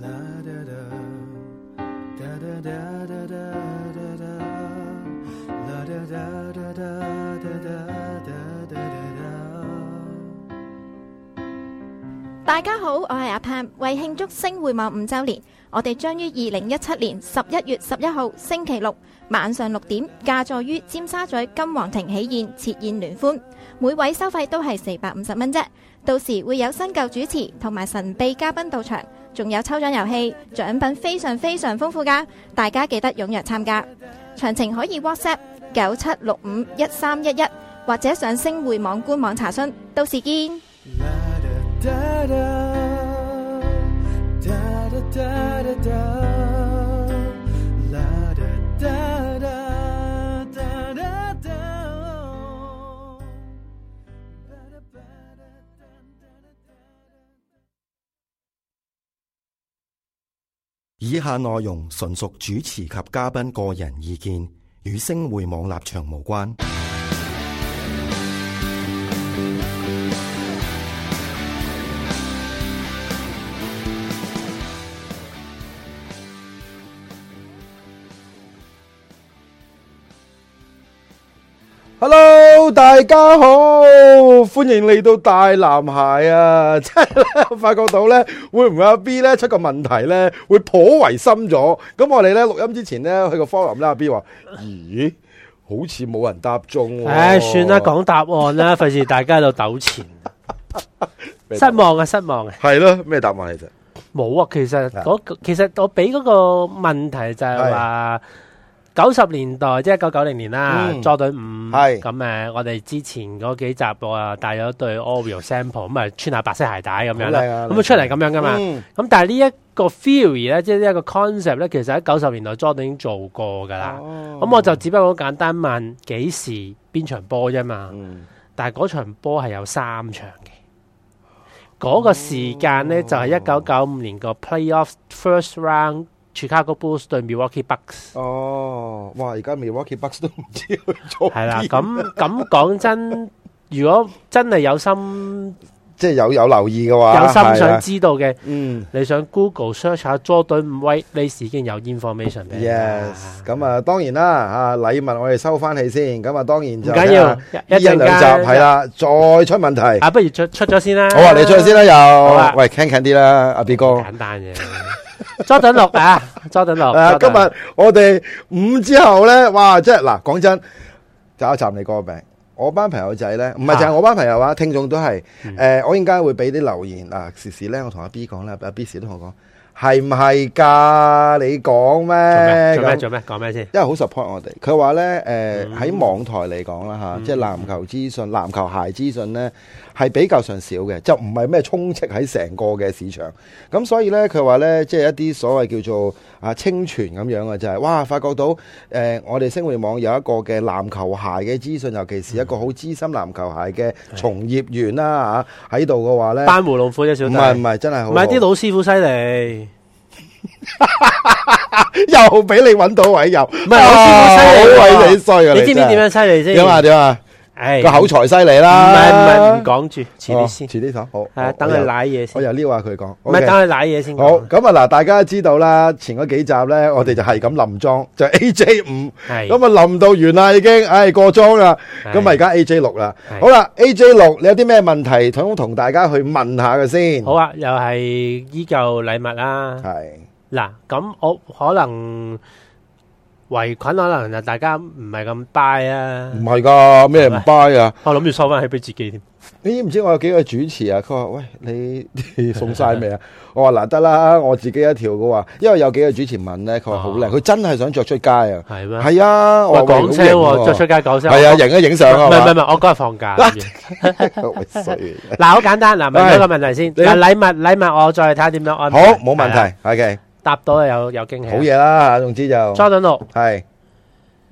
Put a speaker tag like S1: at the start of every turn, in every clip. S1: La da da da da da da da da da la da da da da da da da da da
S2: 大家好，我係阿盼，為慶祝星匯網五週年，我哋將於二零一七年十一月十一號星期六晚上六點，駕座於尖沙咀金皇庭喜宴設宴聯歡，每位收費都係四百五十蚊啫。到時會有新舊主持同埋神秘嘉賓到場，仲有抽獎遊戲，獎品非常非常豐富㗎，大家記得踴躍參加。詳情可以 WhatsApp 九七六五一三一一，或者上星匯網官網查詢。到時見。
S1: da da da da da da da la da da da da da da.
S3: 以下內容純屬主持及嘉賓個人意見，與星匯網立場無關。
S4: Hello，大家好，歡迎嚟到大男孩啊！ 真係咧，發覺到咧，會唔會阿 B 咧出個問題咧，會頗為深咗？咁我哋咧錄音之前咧去個 forum 啦，阿 B 話：咦，好似冇人答中喎。
S5: 唉，算啦，講答案 啦，費事大家喺度糾 纏。
S4: 咩答
S5: 失望啊，失望啊，
S4: 係咯，咩答案嚟啫？
S5: 冇啊。其實嗰個其實我俾嗰個問題就係話九十年代，即係一九九零年啦
S4: 嗯，
S5: 佐敦五
S4: 係
S5: 咁誒，我哋之前嗰幾集我啊帶咗對 Oreo sample 咁啊，穿下白色鞋帶咁樣啦，
S4: 好靚啊
S5: 咁啊出嚟咁樣噶嘛。
S4: 嗯
S5: 咁但係呢一個 theory 咧，即係呢一個 concept 咧，其實喺九十年代 Jordan 已經做過㗎啦。
S4: 哦
S5: 咁、我就只不過好簡單問幾時邊場波啫嘛。
S4: 嗯
S5: 但係嗰場波係有三場嘅。嗰、個時間
S4: 哦
S5: 咧就係一九九五年個 playoff first round Chicago Bulls 對 Milwaukee Bucks。
S4: 哦，哇！而家 Milwaukee Bucks 都唔知佢做
S5: 係啦，
S4: 邊
S5: 咁咁講真，如果真係有心
S4: 即係有有留意嘅話，
S5: 有心
S4: 係
S5: 想
S4: 啦，
S5: 知道嘅，
S4: 嗯。
S5: 你想 Google search 下 Jordan 五威，你已經有 information 俾你啦。
S4: Yes，咁啊，當然啦，啊禮物我哋收翻起先，咁啊，當然
S5: 唔
S4: 就
S5: 緊要，
S4: 睇下
S5: 一
S4: 呢一兩
S5: 陣間
S4: 集係，啦，再出問題。
S5: 啊不如出出咗先啦。
S4: 好啊，你出去先啦，
S5: 啊
S4: 又喂，傾近啲啦，阿 B 哥。
S5: 簡單嘅。Jordan 六啊，Jordan 六。
S4: 啊，今
S5: Jordan
S4: 日我哋五之後咧，哇，即係嗱，講真，就一站你個名。我班朋友仔咧，唔係就係我班朋友啊，聽眾都係，誒，我應該會俾啲留言嗱，時時咧，我同阿 B 講啦，阿 B 時都同我講，係唔係㗎？你講咩？
S5: 做
S4: 咁
S5: 咩？做咩？講咩先？
S4: 因為好 support 我哋，佢話咧誒
S5: 嗯
S4: 喺網台嚟講啦嚇，即係籃球資訊、籃球鞋資訊咧係比較上少嘅，就唔係咩充斥喺成個嘅市場。咁所以咧，佢話咧即係一啲所謂叫做啊清泉咁樣啊，就係、哇發覺到誒、呃我哋星匯網有一個嘅籃球鞋嘅資訊，尤其是一個好資深籃球鞋嘅從業員啦嚇喺度嘅話咧，
S5: 班胡老虎啫，小
S4: 唔
S5: 弟。
S4: 係唔係真係好
S5: 唔係啲
S4: 好
S5: 老師傅犀利，
S4: 又俾你揾到位又唔
S5: 係老師傅犀利喎
S4: 好鬼你衰啊！
S5: 你知唔知點
S4: 樣？
S5: 樣犀利先？
S4: 點啊點啊！
S5: 唉，
S4: 個口才犀利
S5: 唔
S4: 啦。
S5: 係唔係唔講住，遲啲先
S4: 哦。遲啲講好。
S5: 係啊
S4: 我
S5: 等
S4: 我
S5: 佢
S4: 又
S5: 舐嘢
S4: 我
S5: 先。
S4: 又撩下佢講。
S5: 唔係
S4: OK
S5: 等佢舐嘢先講。
S4: 好咁啊！嗱，大家知道啦，前嗰幾集咧，我哋就係咁冧裝，就 A J 五，
S5: 係
S4: 咁啊冧到完啦，已經，唉過裝啦，
S5: 係
S4: 咁啊而家 A J 六啦，
S5: 係
S4: 好啦，A J 六，你有啲咩問題，想同大家去問下嘅先？
S5: 好啊，又係依舊禮物啦。
S4: 係，
S5: 嗱，咁我可能圍裙可能就大家唔係咁 buy 啊
S4: 唔。係㗎，咩唔
S5: 係咪
S4: buy 啊？
S5: 我諗住收翻起俾自己添。
S4: 你知唔知我有幾個主持啊？佢話：喂，你你 送晒未啊？我話嗱得啦，我自己一條。佢話，因為有幾個主持問咧，佢話好靚，佢真係想着出街啊！
S5: 係咩？
S4: 係啊，
S5: 喂
S4: 我話
S5: 講聲喎，着出街講聲。
S4: 係啊，
S5: 我
S4: 影一影相啊
S5: 唔係唔係唔
S4: 嘛。
S5: 係，我嗰 日放假。
S4: 喂衰
S5: 嗱，好簡單，嗱，問咗個問題先。
S4: 你
S5: 嗱，禮物禮物，我再睇下點樣安
S4: 好
S5: 排。
S4: 冇問
S5: 係啦，
S4: 題，OK，
S5: 答到有有驚喜。
S4: 好嘢啦。總之就
S5: Jordan 六，
S4: 係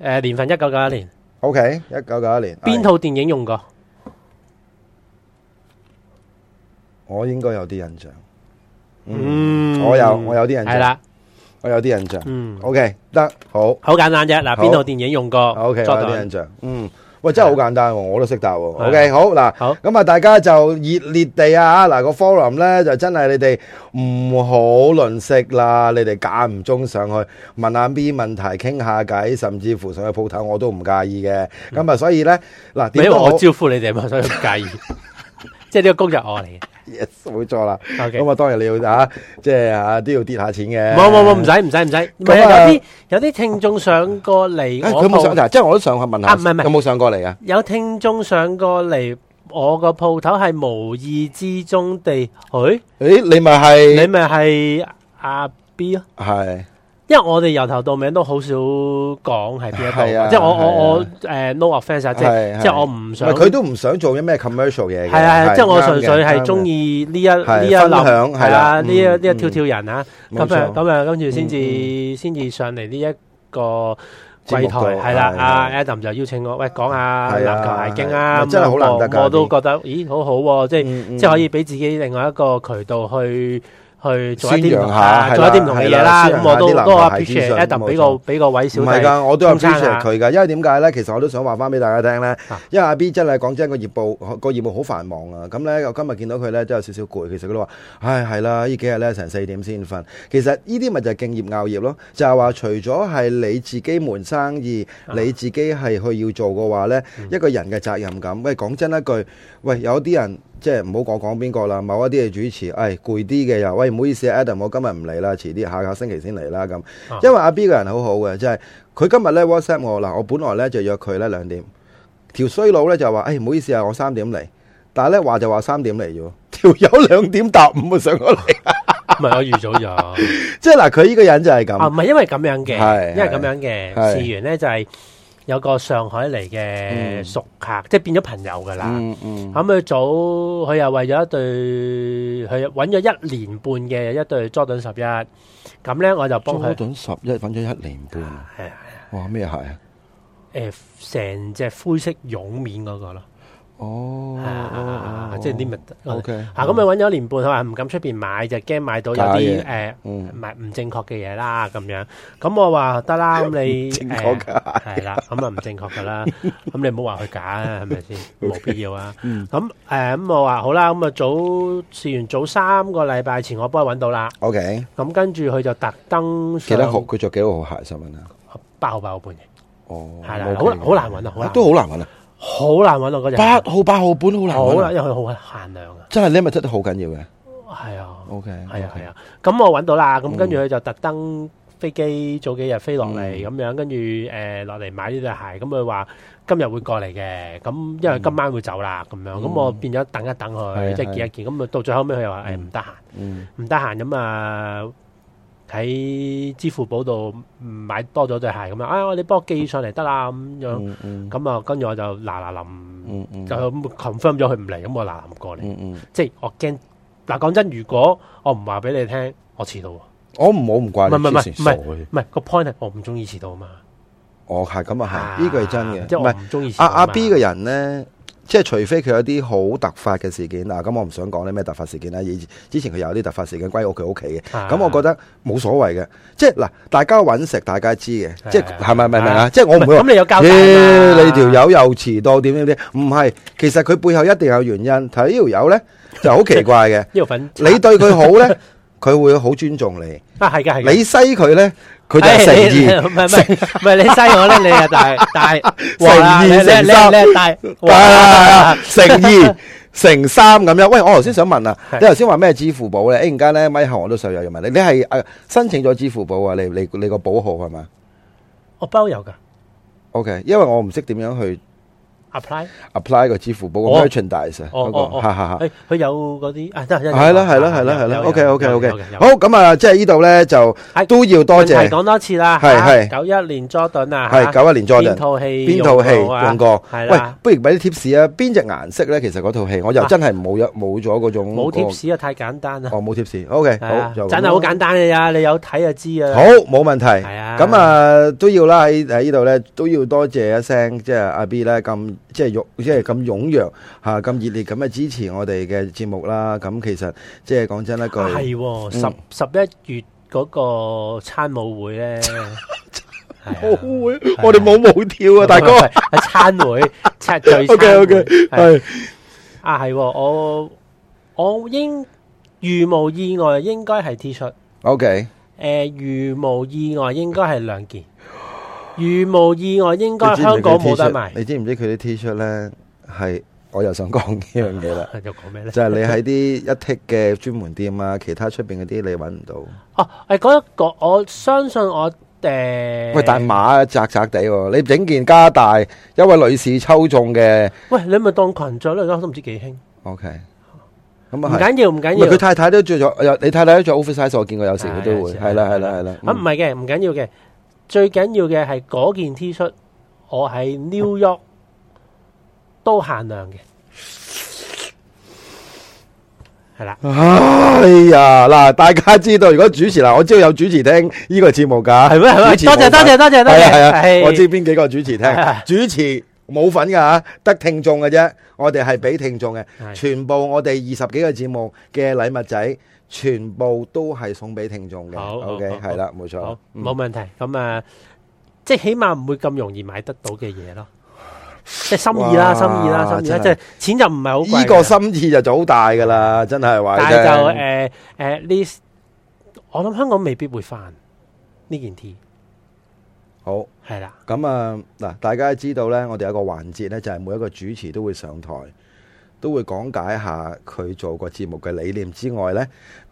S5: 誒年份一九九一年，
S4: OK，一九九一年
S5: 邊？
S4: 係
S5: 套電影用過？
S4: 我應該有啲印象，
S5: 嗯
S4: 我有我有啲印象
S5: 係啦，
S4: 我有啲印象。
S5: 嗯，
S4: OK，得好
S5: 好簡單啫。嗱，
S4: 好
S5: 邊套電影用過
S4: ，OK，我有啲
S5: ？Jordan
S4: 印象。嗯，喂，真係好簡單喎，我都識答喎。
S5: 係啊
S4: OK，好嗱，
S5: 好
S4: 咁啊，大家就熱烈地啊，嗱個 forum 咧就真係你哋唔好吝嗇啦，你哋間唔中上去問下 B 問題，傾下偈，甚至乎上去鋪頭我都唔介意嘅。咁啊，所以咧嗱，
S5: 因
S4: 點
S5: 為
S4: 都好
S5: 嗯我招呼你哋嘛，所以唔介意。 即係呢個工作我 嚟嘅。
S4: ，yes，冇錯啦。
S5: OK，
S4: 咁啊，當然你要啊，即係啊都要跌下錢嘅。
S5: 冇冇冇，唔使唔使唔使。唔係
S4: 咁
S5: 啊
S4: 啊
S5: 有啲有啲聽眾上過
S4: 誒
S5: 嚟，
S4: 哎佢
S5: 我
S4: 有冇上
S5: 鋪
S4: 嗱，即係我都上去問下，
S5: 啊唔係唔係
S4: 有冇上過嚟啊？
S5: 有聽眾上過嚟，我個鋪頭係無意之中地，誒，
S4: 誒，你咪係
S5: 你咪係阿 B 咯。
S4: 係
S5: 因為我哋由頭到尾都好少講係邊一
S4: 係啊
S5: 度，即係我我我
S4: 係
S5: 誒 no offence 啊，即
S4: 係
S5: 係
S4: 係
S5: 即係我唔
S4: 唔係
S5: 想
S4: 佢都唔想做啲咩 commercial 嘢嘅。
S5: 係啊，係啊即係我
S4: 啱
S5: 純粹
S4: 嘅啱
S5: 係
S4: 嘅
S5: 中意呢一
S4: 係
S5: 呢一
S4: 分
S5: 諗
S4: 享係
S5: 係
S4: 啦
S5: 啊，呢一呢
S4: 嗯
S5: 一跳跳人啊，
S4: 冇
S5: 咁啊
S4: 錯
S5: 咁啊，跟住先
S4: 嗯
S5: 至先至上嚟呢一個
S4: 節目
S5: 櫃
S4: 度
S5: 台係啦
S4: 係。
S5: 阿 Adam 就邀請我喂講下
S4: 係啊
S5: 籃球鞋經啊，
S4: 係真係好難得㗎
S5: 咁我我都
S4: 呢
S5: 覺得咦好好喎，即係
S4: 嗯
S5: 即係可以俾自己另外一個渠道去。去做一啲
S4: 宣揚
S5: 唔同
S4: 下係啦
S5: 啊做一啲唔同嘅嘢啦，
S4: 係啦
S5: 咁我
S4: 宣揚
S5: 都
S4: 下啲
S5: 都
S4: 男孩
S5: appreciate
S4: 資訊
S5: Adam 俾
S4: 冇錯
S5: 個俾個位小
S4: 唔
S5: 弟，
S4: 係㗎，我都有
S5: 中餐
S4: appreciate
S5: 啊
S4: 佢㗎，因為點解咧？其實我都想話翻俾大家聽咧
S5: 啊，
S4: 因為阿 B 真係講真個業務個業務好繁忙啊。咁咧，我今日見到佢咧都有少少攰，其實佢都話：唉，係啦，呢幾日咧成四點先瞓。其實呢啲咪就係敬業熬業咯，就係話除咗係你自己門生意，你自己係去要做嘅話咧，一個人嘅責任感。喂，講真一句，喂，有啲人。即係唔好講講邊個啦，某一啲嘅主持，唉攰啲嘅又，喂唔好意思啊，Adam，我今日唔嚟啦，遲啲下個星期先嚟啦咁。因為阿 B 個人好好嘅，即係佢今日咧 WhatsApp 我嗱，我本來咧就約佢咧兩點，條衰佬咧就話：，誒、唔好意思啊，我三點嚟，但係咧話就話三點嚟 啫，條友兩點搭五啊上咗 嚟，
S5: 唔係我預早咗。
S4: 即係嗱，佢呢個人就係咁，
S5: 啊，唔係因為咁樣嘅，
S4: 係
S5: 因為咁樣嘅
S4: 係
S5: 事源咧就係有個上海嚟嘅
S4: 嗯
S5: 熟客，即係變咗朋友噶啦。
S4: 嗯嗯
S5: 咁佢早佢又為咗一對，佢揾咗一年半嘅一對 Jordan 十一，咁咧我就幫佢
S4: ，Jordan 十一揾咗一年半，
S5: 係啊
S4: 哇咩鞋啊？
S5: 誒成隻灰色絨面嗰個咯，係啊
S4: 哦，
S5: 即係啲物。
S4: ，OK，
S5: 嚇啊咁佢揾咗一年半，佢話唔敢出邊買，就驚買到有
S4: 假
S5: 啲
S4: 嘢
S5: 誒
S4: 嗯
S5: 唔係唔正確嘅嘢啦咁樣。咁我話得啦， 咁你
S4: 正
S5: 誒
S4: 確㗎，
S5: 係啦，咁啊唔正確 噶啦，咁你唔好話佢假啊，係咪先？冇必要啊。咁誒咁我話好啦，咁啊早試完早三個禮拜前我幫佢揾到啦，
S4: ，OK，
S5: 咁跟住佢就特登
S4: 幾
S5: 上
S4: 多號？佢着幾多號鞋想問啊？
S5: 八號八號半嘅，
S4: 哦，
S5: 係啦
S4: OK
S5: 好好難揾啊好難
S4: 都好難揾啊，
S5: 好難揾到嗰只，
S4: 八號八號半好難
S5: 好
S4: 揾
S5: 啦，
S4: 啊，
S5: 因為佢好限量啊，
S4: 真係 limit 得好緊要嘅
S5: 係啊。
S4: ，OK，
S5: 係啊係
S4: 啊，
S5: 啊，咁我揾到啦，咁
S4: 嗯
S5: 跟住佢就特登飛機早幾日飛落
S4: 嗯
S5: 嚟咁樣，跟住誒落嚟買呢對鞋，咁佢話今日會過嚟嘅，咁因為今晚會走啦咁樣，咁
S4: 嗯
S5: 我變咗等一等
S4: 係啊
S5: 佢，即係見一見，咁啊到最後尾佢又話誒唔得閒，
S4: 嗯
S5: 唔得閒咁啊喺支付寶度買多咗對鞋咁樣，啊你幫我寄上嚟得啦咁樣，
S4: 嗯嗯
S5: 咁啊跟住我就嗱嗱臨
S4: 嗯嗯
S5: 就咁 confirm 咗佢唔嚟，咁我嗱嗱臨過嚟。
S4: 嗯嗯，
S5: 即係我驚嗱，講真，如果我唔話俾你聽，我遲到喎，唔
S4: 我唔好唔怪你，
S5: 唔係唔係
S4: 黐線傻嘅
S5: 係個 point 係我唔中意遲到啊嘛。
S4: 我係咁啊係，呢個係真嘅，
S5: 即係
S4: 唔
S5: 我
S4: 係
S5: 唔中意遲到
S4: 阿
S5: 啊嘛。
S4: 阿 B 嘅人咧。即係除非佢有啲好突發嘅事件啊嗱，咁我唔想講啲咩突發事件啦。以之前佢有啲突發事件歸我佢屋企嘅，
S5: 啊，
S4: 咁我覺得冇所謂嘅。即係嗱，大家揾食，大家知嘅，即係
S5: 係
S4: 係咪咪明啊？
S5: 啊
S4: 即係我唔會話
S5: 咁你有交代啊嘛
S4: 咦，你條友又遲到點點點？唔係，其實佢背後一定有原因。睇呢條友咧就好奇怪 嘅，
S5: 呢度粉
S4: 你對佢好咧，佢會好尊重你。
S5: 啊係嘅係嘅，
S4: 你西佢咧，佢就
S5: 哎
S4: 係誠
S5: 你
S4: 意。
S5: 唔係唔係唔係你西我咧，你係大大哇
S4: 誠意
S5: 你你
S4: 誠心
S5: 你你係大
S4: 啊
S5: 哇 嗯
S4: 誠意成三咁樣。喂，我頭先想問啊，
S5: 係
S4: 你頭先話咩支付寶咧？哎一陣間咧，咪後我都想有嘢問你。你係誒申請咗支付寶啊？你你你個保號係嘛
S5: 我包郵㗎
S4: ？OK，因為我唔識點樣去
S5: apply，
S4: apply 個支付寶
S5: 哦
S4: 個 merchandise 啊
S5: 哦
S4: 嗰
S5: 哦
S4: 個，
S5: 哦
S4: 哈哈哈。
S5: 誒佢有嗰啲啊得得
S4: 係啦，係啦，係啦，係啦。OK OK OK，好咁啊，即係呢度咧就
S5: 係
S4: 都要多
S5: 係
S4: 謝，
S5: 講多次啦，
S4: 係係
S5: 九一年 Jordan 啊，
S4: 係九一年 Jordan
S5: 邊。套戲
S4: 邊套戲用過？
S5: 係
S4: 喂
S5: 啦，，
S4: 不如俾啲 tips 啊！邊只顏色咧？其實嗰套戲我又
S5: 啊
S4: 真係冇咗冇咗嗰種嗰
S5: 冇
S4: 個
S5: tips 啊，太簡單啦。
S4: 哦，冇貼士，OK，
S5: 係啊
S4: 好，就咁
S5: 真係
S4: 啦
S5: 好簡單嘅咋，你有睇就知啊。
S4: 好，冇問題。
S5: 係啊
S4: 咁啊，都要啦喺喺呢度咧，都要多謝一聲，即係阿 B 咧咁即係踴即係咁踴躍嚇，咁熱烈咁嘅支持我哋嘅節目啦。咁其實即係講真一
S5: 啊，
S4: 句，
S5: 係喎，
S4: 嗯
S5: 十十一月嗰個餐舞會咧，係啊
S4: 冇會，我哋冇舞跳啊，大 哥。
S5: 係餐會，餐聚餐
S4: OK，OK，
S5: 會係
S4: 係
S5: 啊，係喎我我應如無意外應該係 T 恤，
S4: OK，
S5: 诶、如無意外應該係兩件，如無意外應該
S4: 你知唔知佢
S5: 香港
S4: T 恤
S5: 冇得賣。
S4: 你知唔知佢啲 T 恤咧係？我又想講呢樣嘢啦，
S5: 又講 咩咧？
S4: 就係你喺啲一剔嘅專門店啊，其他出邊嗰啲你揾唔到。
S5: 哦，係嗰一個，我相信我诶，
S4: 喂，但係馬窄窄地喎，你整件加大，一位女士抽中嘅
S5: 喂，你咪當裙着咯，而家都唔知幾興。
S4: ，OK，咁
S5: 唔
S4: 啊係。
S5: 緊要，唔緊
S4: 唔係
S5: 要
S4: 佢。太太都着咗，有你太太都着 oversize，我見過有時佢都會，
S5: 係
S4: 係啦係啦係啦。
S5: 啊，唔係嘅，唔緊要嘅。最緊要嘅係嗰件 T 恤，我喺 New York 都限量嘅。係啦，
S4: 哎呀，嗱，大家知道，如果主持嗱，我知道有主持聽呢個節目㗎，
S5: 係咩？係咩？
S4: 主持冇
S5: 多謝多謝多謝多
S4: 係啊係
S5: 謝。
S4: 啊，
S5: 係
S4: 我知邊幾個主 持聽
S5: 係，
S4: 主持冇份㗎吓，得聽眾嘅啫，我哋係俾聽眾嘅，
S5: 係
S4: 全部我哋二十幾個節目嘅禮物仔，全部都係送俾聽眾嘅
S5: 好
S4: ，OK，
S5: 好好
S4: 係啦，冇錯
S5: 好，，
S4: 嗯
S5: 冇問題。咁啊，即係起碼唔會咁容易買得到嘅嘢咯。即係心意啦，
S4: 哇
S5: 心意啦，心意啦。
S4: 真
S5: 即
S4: 係
S5: 係錢就唔係好貴
S4: 呢
S5: 嘅。
S4: 個心意就早大㗎啦，真係話
S5: 但
S4: 你
S5: 係就呃
S4: 聽
S5: 誒誒呢，我諗香港未必會翻呢件 T，
S4: 好。
S5: 係啦，
S4: 咁啊，嗱，大家知道呢，我哋有個環節呢，就係、每一個主持都會上台，都會講解下佢做個節目嘅理念之外呢，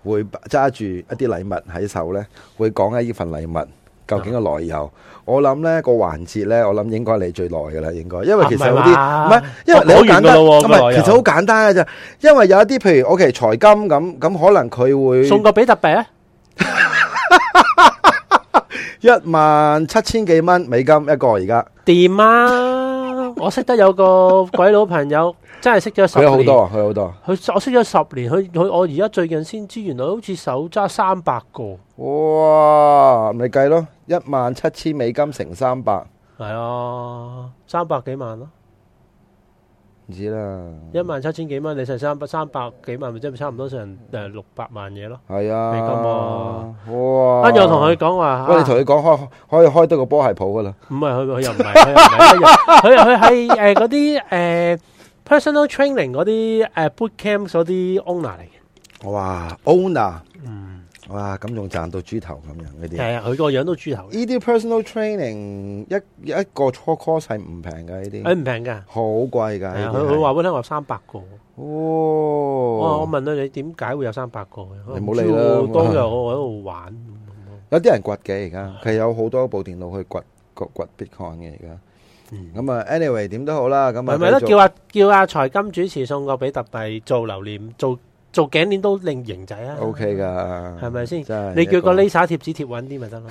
S4: 會揸住一啲禮物喺手呢，會講下呢份禮物究竟嘅來由。我諗呢個環節呢，我諗應該係你最耐㗎啦，應該，因為其實有啲
S5: 啊
S4: 唔
S5: 唔係
S4: 係，
S5: 嘛
S4: 因為你好
S5: 我講完
S4: 簡
S5: 㗎
S4: 單，
S5: 咯
S4: 唔
S5: 喎個
S4: 係
S5: 內
S4: 其
S5: 容
S4: 實好簡單嘅啫。因為有一啲譬如 OK 財金咁，咁可能佢會
S5: 送個比特幣啊，
S4: 一萬七千幾蚊美金一個而家，
S5: 掂啊！我識得有個鬼佬朋友，真係識咗十
S4: 佢有好
S5: 年，
S4: 多啊，佢有好多啊。
S5: 佢我識咗十年，佢佢我而家最近先知，原來好似手揸三百個，
S4: 哇，咪計咯，一萬七千美金乘三百，
S5: 係啊，三百幾萬咯，
S4: 唔知啦。
S5: 一萬七千幾蚊，你成三百三百幾萬，咪即係差唔多成誒六百萬嘢咯。
S4: 係啊，
S5: 美金啊
S4: 哇！
S5: 跟住我同佢講話，
S4: 喂，
S5: 啊
S4: 你同佢講開可以開多個波鞋鋪噶啦，
S5: 唔係佢佢又唔係，佢又唔係佢又佢係誒嗰啲誒 personal training 嗰啲誒 boot camp 嗰啲 owner 嚟嘅，
S4: 哇！owner，嗯，哇，咁仲賺到豬頭咁樣嗰啲。
S5: 係啊，佢個樣都豬頭嘅，
S4: 呢啲 personal training 一一個 c course 係唔平㗎，呢
S5: 佢
S4: 啲
S5: 唔平㗎。
S4: 好貴㗎。
S5: 係
S4: 呢
S5: 啊，
S4: 啲
S5: 佢
S4: 係
S5: 佢話俾我聽話三百個，我我
S4: 哇，
S5: 問佢你點解會有三百個嘅？
S4: 你冇理啦
S5: 我唔知喎當日我喺度玩，
S4: 有啲人掘嘅而家，佢有好多部電腦去掘掘掘 bitcoin 嘅而家。
S5: 嗯
S4: 咁啊，anyway 點都好啦，咁啊
S5: 係咪咧？
S4: 繼續
S5: 叫阿叫阿財金主持送個比特幣做榴念，做做頸鏈都令型仔啊
S4: O K 噶，
S5: 係咪先
S4: 真係一？
S5: 你叫個 Lisa 貼紙貼穩啲咪得咯？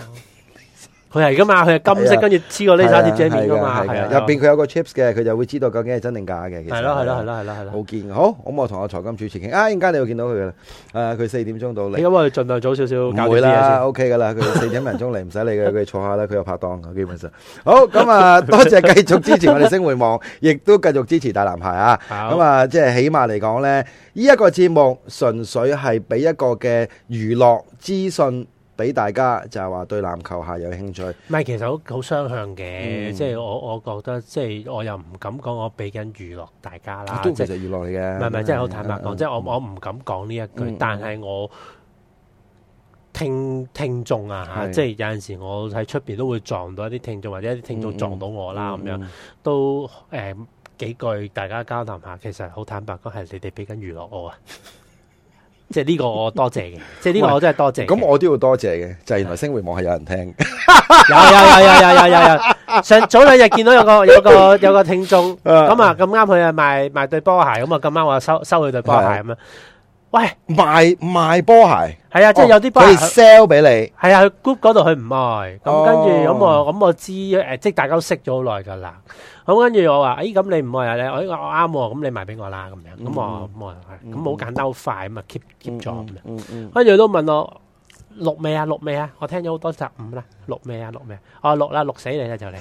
S5: 佢係噶 嘛，佢係金
S4: 係
S5: 色，
S4: 啊
S5: 跟住黐個 Lisa 貼紙喺面噶嘛，
S4: 係㗎
S5: 係
S4: 係
S5: 啊
S4: 㗎入邊佢有個 chips 嘅，佢就會知道究竟係真定假嘅。其實
S5: 係咯係咯係，咯係咯
S4: 好
S5: 係咯。
S4: 見嘅。好，咁我同阿財金主持傾啊，陣間你會見到佢噶啦。啊誒，佢四點鐘到
S5: 你
S4: 嚟，
S5: 咁我哋盡量早少少搞
S4: 唔
S5: 掂
S4: 會
S5: 啲嘢
S4: 啦
S5: 先。
S4: ，OK 噶啦。佢四點零鐘嚟，唔使理嘅，佢 坐下啦，佢有拍檔嘅，基本上。好，咁啊， 多謝繼續支持我哋星匯網，亦都繼續支持大男孩啊。
S5: 好
S4: 咁，啊，即係起碼嚟講呢，呢、一個節目純粹係俾一個嘅娛樂資訊俾大家，就係、話對籃球下有興趣。
S5: 唔係其實好好雙向嘅，
S4: 嗯
S5: 即係我我覺得即係我又唔敢講我俾緊娛樂大家啦，
S4: 啊都
S5: 啊即
S4: 其
S5: 係
S4: 實娛樂嚟嘅。嗯
S5: 唔係唔係，即係好坦白講，即係我
S4: 我
S5: 我唔敢講呢一
S4: 嗯
S5: 句，但係我聽聽眾啊嚇，
S4: 係
S5: 即係有陣時我喺出邊都會撞到一啲聽眾，或者一啲聽眾撞到我啦咁樣，
S4: 嗯
S5: 都誒幾句大家交談下，其實好坦白講係你哋俾緊娛樂 我啊，即係呢個我多謝嘅，即係呢個我真係多謝嘅。
S4: 咁我都要多謝嘅，就係原來星匯網係有人聽。
S5: 有有有有有有有有，上早兩日見到有個有個有個聽眾，
S4: 啊
S5: 咁啊咁啱佢啊賣賣對波鞋，咁啊咁啱我又收收佢對波鞋咁樣。喂，
S4: 賣賣波鞋，
S5: 係啊，即係有啲波
S4: 哦佢
S5: 鞋。
S4: sell 俾你。
S5: 係啊，佢 group 嗰度佢唔愛，咁
S4: 哦
S5: 跟住咁我咁我知誒，即係大家都識咗好耐㗎啦。咁跟住我話：，誒咁你唔愛啊？你我呢個我啱喎，咁你賣俾我啦咁樣。咁我咁我係咁好簡單好快咁啊 keep keep 咗咁樣。
S4: 嗯嗯，
S5: 跟住佢都問我錄未啊？錄未啊？我聽咗好多集五啦，錄未啊？錄未啊？我錄啦，錄死你啦就嚟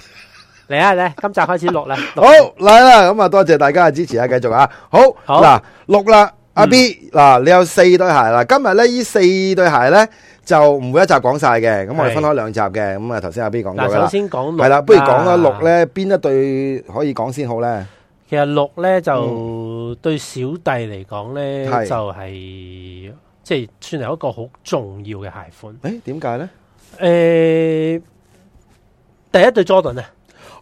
S5: 嚟啊嚟！今集開始錄啦，
S4: 好嚟啦，咁啊，多謝大家嘅支持啊，繼續啊。好
S5: 好嗯
S4: 嗱，錄啦。阿 B 嗱，你有四對鞋啦，今日咧呢四對鞋咧就唔會一集講晒嘅，咁我哋
S5: 係
S4: 分開兩集嘅，咁啊頭先阿 B 講過
S5: 嗱，
S4: 㗎
S5: 首
S4: 啦，
S5: 先講六啊
S4: 係啦，不如講下六。咧邊一對可以講先好咧？
S5: 其實六咧
S4: 嗯
S5: 就對小弟嚟講咧，
S4: 係
S5: 就係即係算係一個好重要嘅鞋款。
S4: 誒點解咧？
S5: 诶，第一對 Jordan 啊，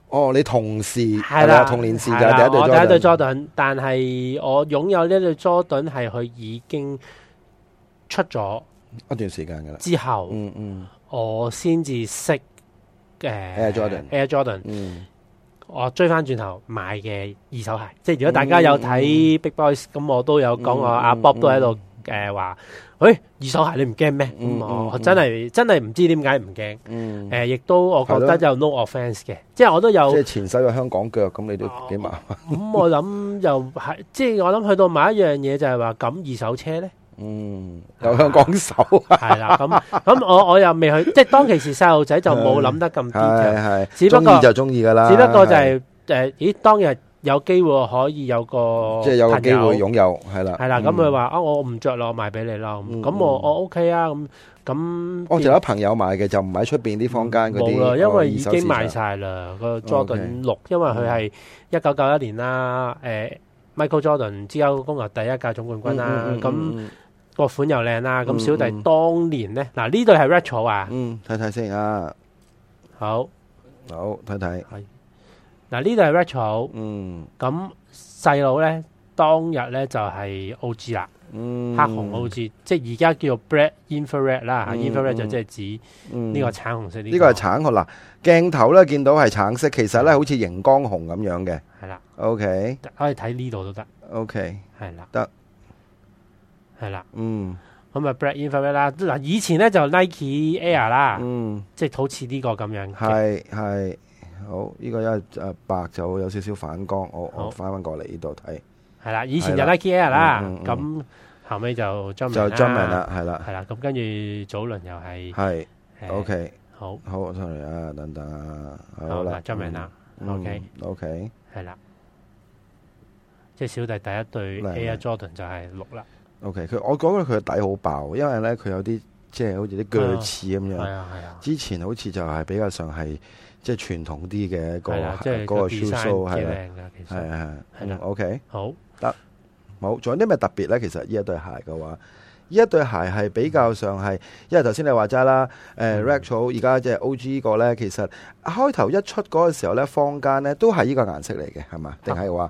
S4: 哦，你同事
S5: 係
S4: 係
S5: 啦，
S4: 啦，同年事就
S5: 係啦
S4: 係第一
S5: 我
S4: 對
S5: 第一對
S4: Jordan，
S5: Jordan，但係我擁有呢對 Jordan 係佢已經出咗
S4: 一段時間㗎啦。
S5: 之後，
S4: 嗯嗯
S5: 我先至識诶
S4: Air Jordan
S5: Air Jordan。
S4: 嗯，
S5: 我追翻轉頭買嘅二手鞋，即係如果大家有睇 Big Boys，咁我都有講，
S4: 嗯
S5: 我阿
S4: 嗯
S5: Bob 都喺度誒話，誒二手鞋你唔驚咩？
S4: 嗯
S5: 咁我
S4: 嗯
S5: 真係真係唔知點解唔驚。
S4: 嗯，
S5: 誒，亦都我覺
S4: 係
S5: 得有 no offence 嘅，即係我都有
S4: 即係前手有香港腳，咁你都幾麻煩。
S5: 咁，我諗又係， 即係我諗去到某一樣嘢就係話，咁二手車咧
S4: 嗯，有香港手，係
S5: 係啦，咁咁我我又未去，即係當其時細路仔就冇諗得咁 detail，
S4: 係，
S5: 只不過
S4: 中意就中意㗎啦。
S5: 只不過就係誒，咦，當日有機會可以有個
S4: 即係有個機
S5: 朋
S4: 會
S5: 友
S4: 擁有，係啦。
S5: 系啦，咁
S4: 嗯
S5: 佢話啊，我唔着咯，我賣俾你啦。咁
S4: 嗯
S5: 咁我
S4: 嗯哦
S5: 我 OK 啊，咁咁
S4: 我就有朋友買嘅，就唔喺出邊啲坊間嗰啲。
S5: 冇啦，因為已
S4: 哦
S5: 經賣。晒啦個 Jordan 六，因為佢
S4: 嗯
S5: 係一九九一年啦，誒 Michael Jordan 芝加哥公牛第一屆總冠軍
S4: 嗯
S5: 啦，咁
S4: 咁
S5: 個款又靚啦，咁
S4: 嗯
S5: 小弟
S4: 嗯
S5: 當年咧，嗱呢對係 retro 啊，
S4: 嗯，睇睇先啊，
S5: 好，
S4: 好睇睇，
S5: 嗱呢對係 retro，
S4: 嗯
S5: 咁細佬咧當日咧就係 OG 啦，
S4: 嗯，
S5: 黑紅 OG，即係而家叫做 black infrared 啦嚇
S4: 嗯
S5: ，infrared
S4: 嗯
S5: 就即係指。
S4: 呢
S5: 呢個橙紅色呢
S4: 呢個係橙紅嗱，鏡頭咧見到係橙色，其實咧好似熒光紅咁樣嘅。
S5: 係啦，
S4: OK
S5: 可以睇呢度都得，
S4: OK，
S5: 係啦，
S4: 得
S5: 係啦。
S4: 嗯
S5: 咁啊，Black Infrared 啦，嗱以前咧就 Nike Air 啦，
S4: 嗯，
S5: 即係好似呢個咁樣嘅，
S4: 係係好，呢個因為誒白就有少少反光，我
S5: 好
S4: 我翻翻過嚟呢度睇
S5: 係啦，以前
S4: 係
S5: 就
S4: 啦
S5: Nike Air 啦
S4: 嗯嗯，嗯
S5: 咁後尾就 Jumpman
S4: 就 j u m 啦，係啦，
S5: 係啦，咁跟住早輪又係
S4: 係
S5: 誒
S4: OK。
S5: 好，
S4: 好，sorry 啊，等等啊，好
S5: 好
S4: 啦嗯
S5: 啦，Jumpman 啦，OK
S4: ，OK，
S5: 係啦，即係小弟第一對
S4: 靚
S5: Air
S4: 靚
S5: Jordan 就係六啦，
S4: OK，佢我覺得佢嘅底好爆，因為咧佢有啲即係好似啲鋸齒咁
S5: 係
S4: 樣。
S5: 啊係啊，
S4: 之前好似就係比較上係即係傳統啲嘅一個
S5: 係啦，即
S4: 嗰
S5: 係
S4: 個
S5: 個
S4: shoe
S5: design
S4: show
S5: 幾
S4: 係啦，啊
S5: 靚㗎，其
S4: 係
S5: 實
S4: 係
S5: 係啦
S4: 嗯，OK，
S5: 好
S4: 冇，仲有啲咩特別咧？其實呢一對鞋嘅話。呢一對鞋係比較上係，因為頭先你話齋啦，誒、
S5: 嗯
S4: Retro 而家即係 O.G. 個咧，其實開頭一出嗰個時候咧，坊間咧都係呢個顏色嚟嘅，係嘛？定係話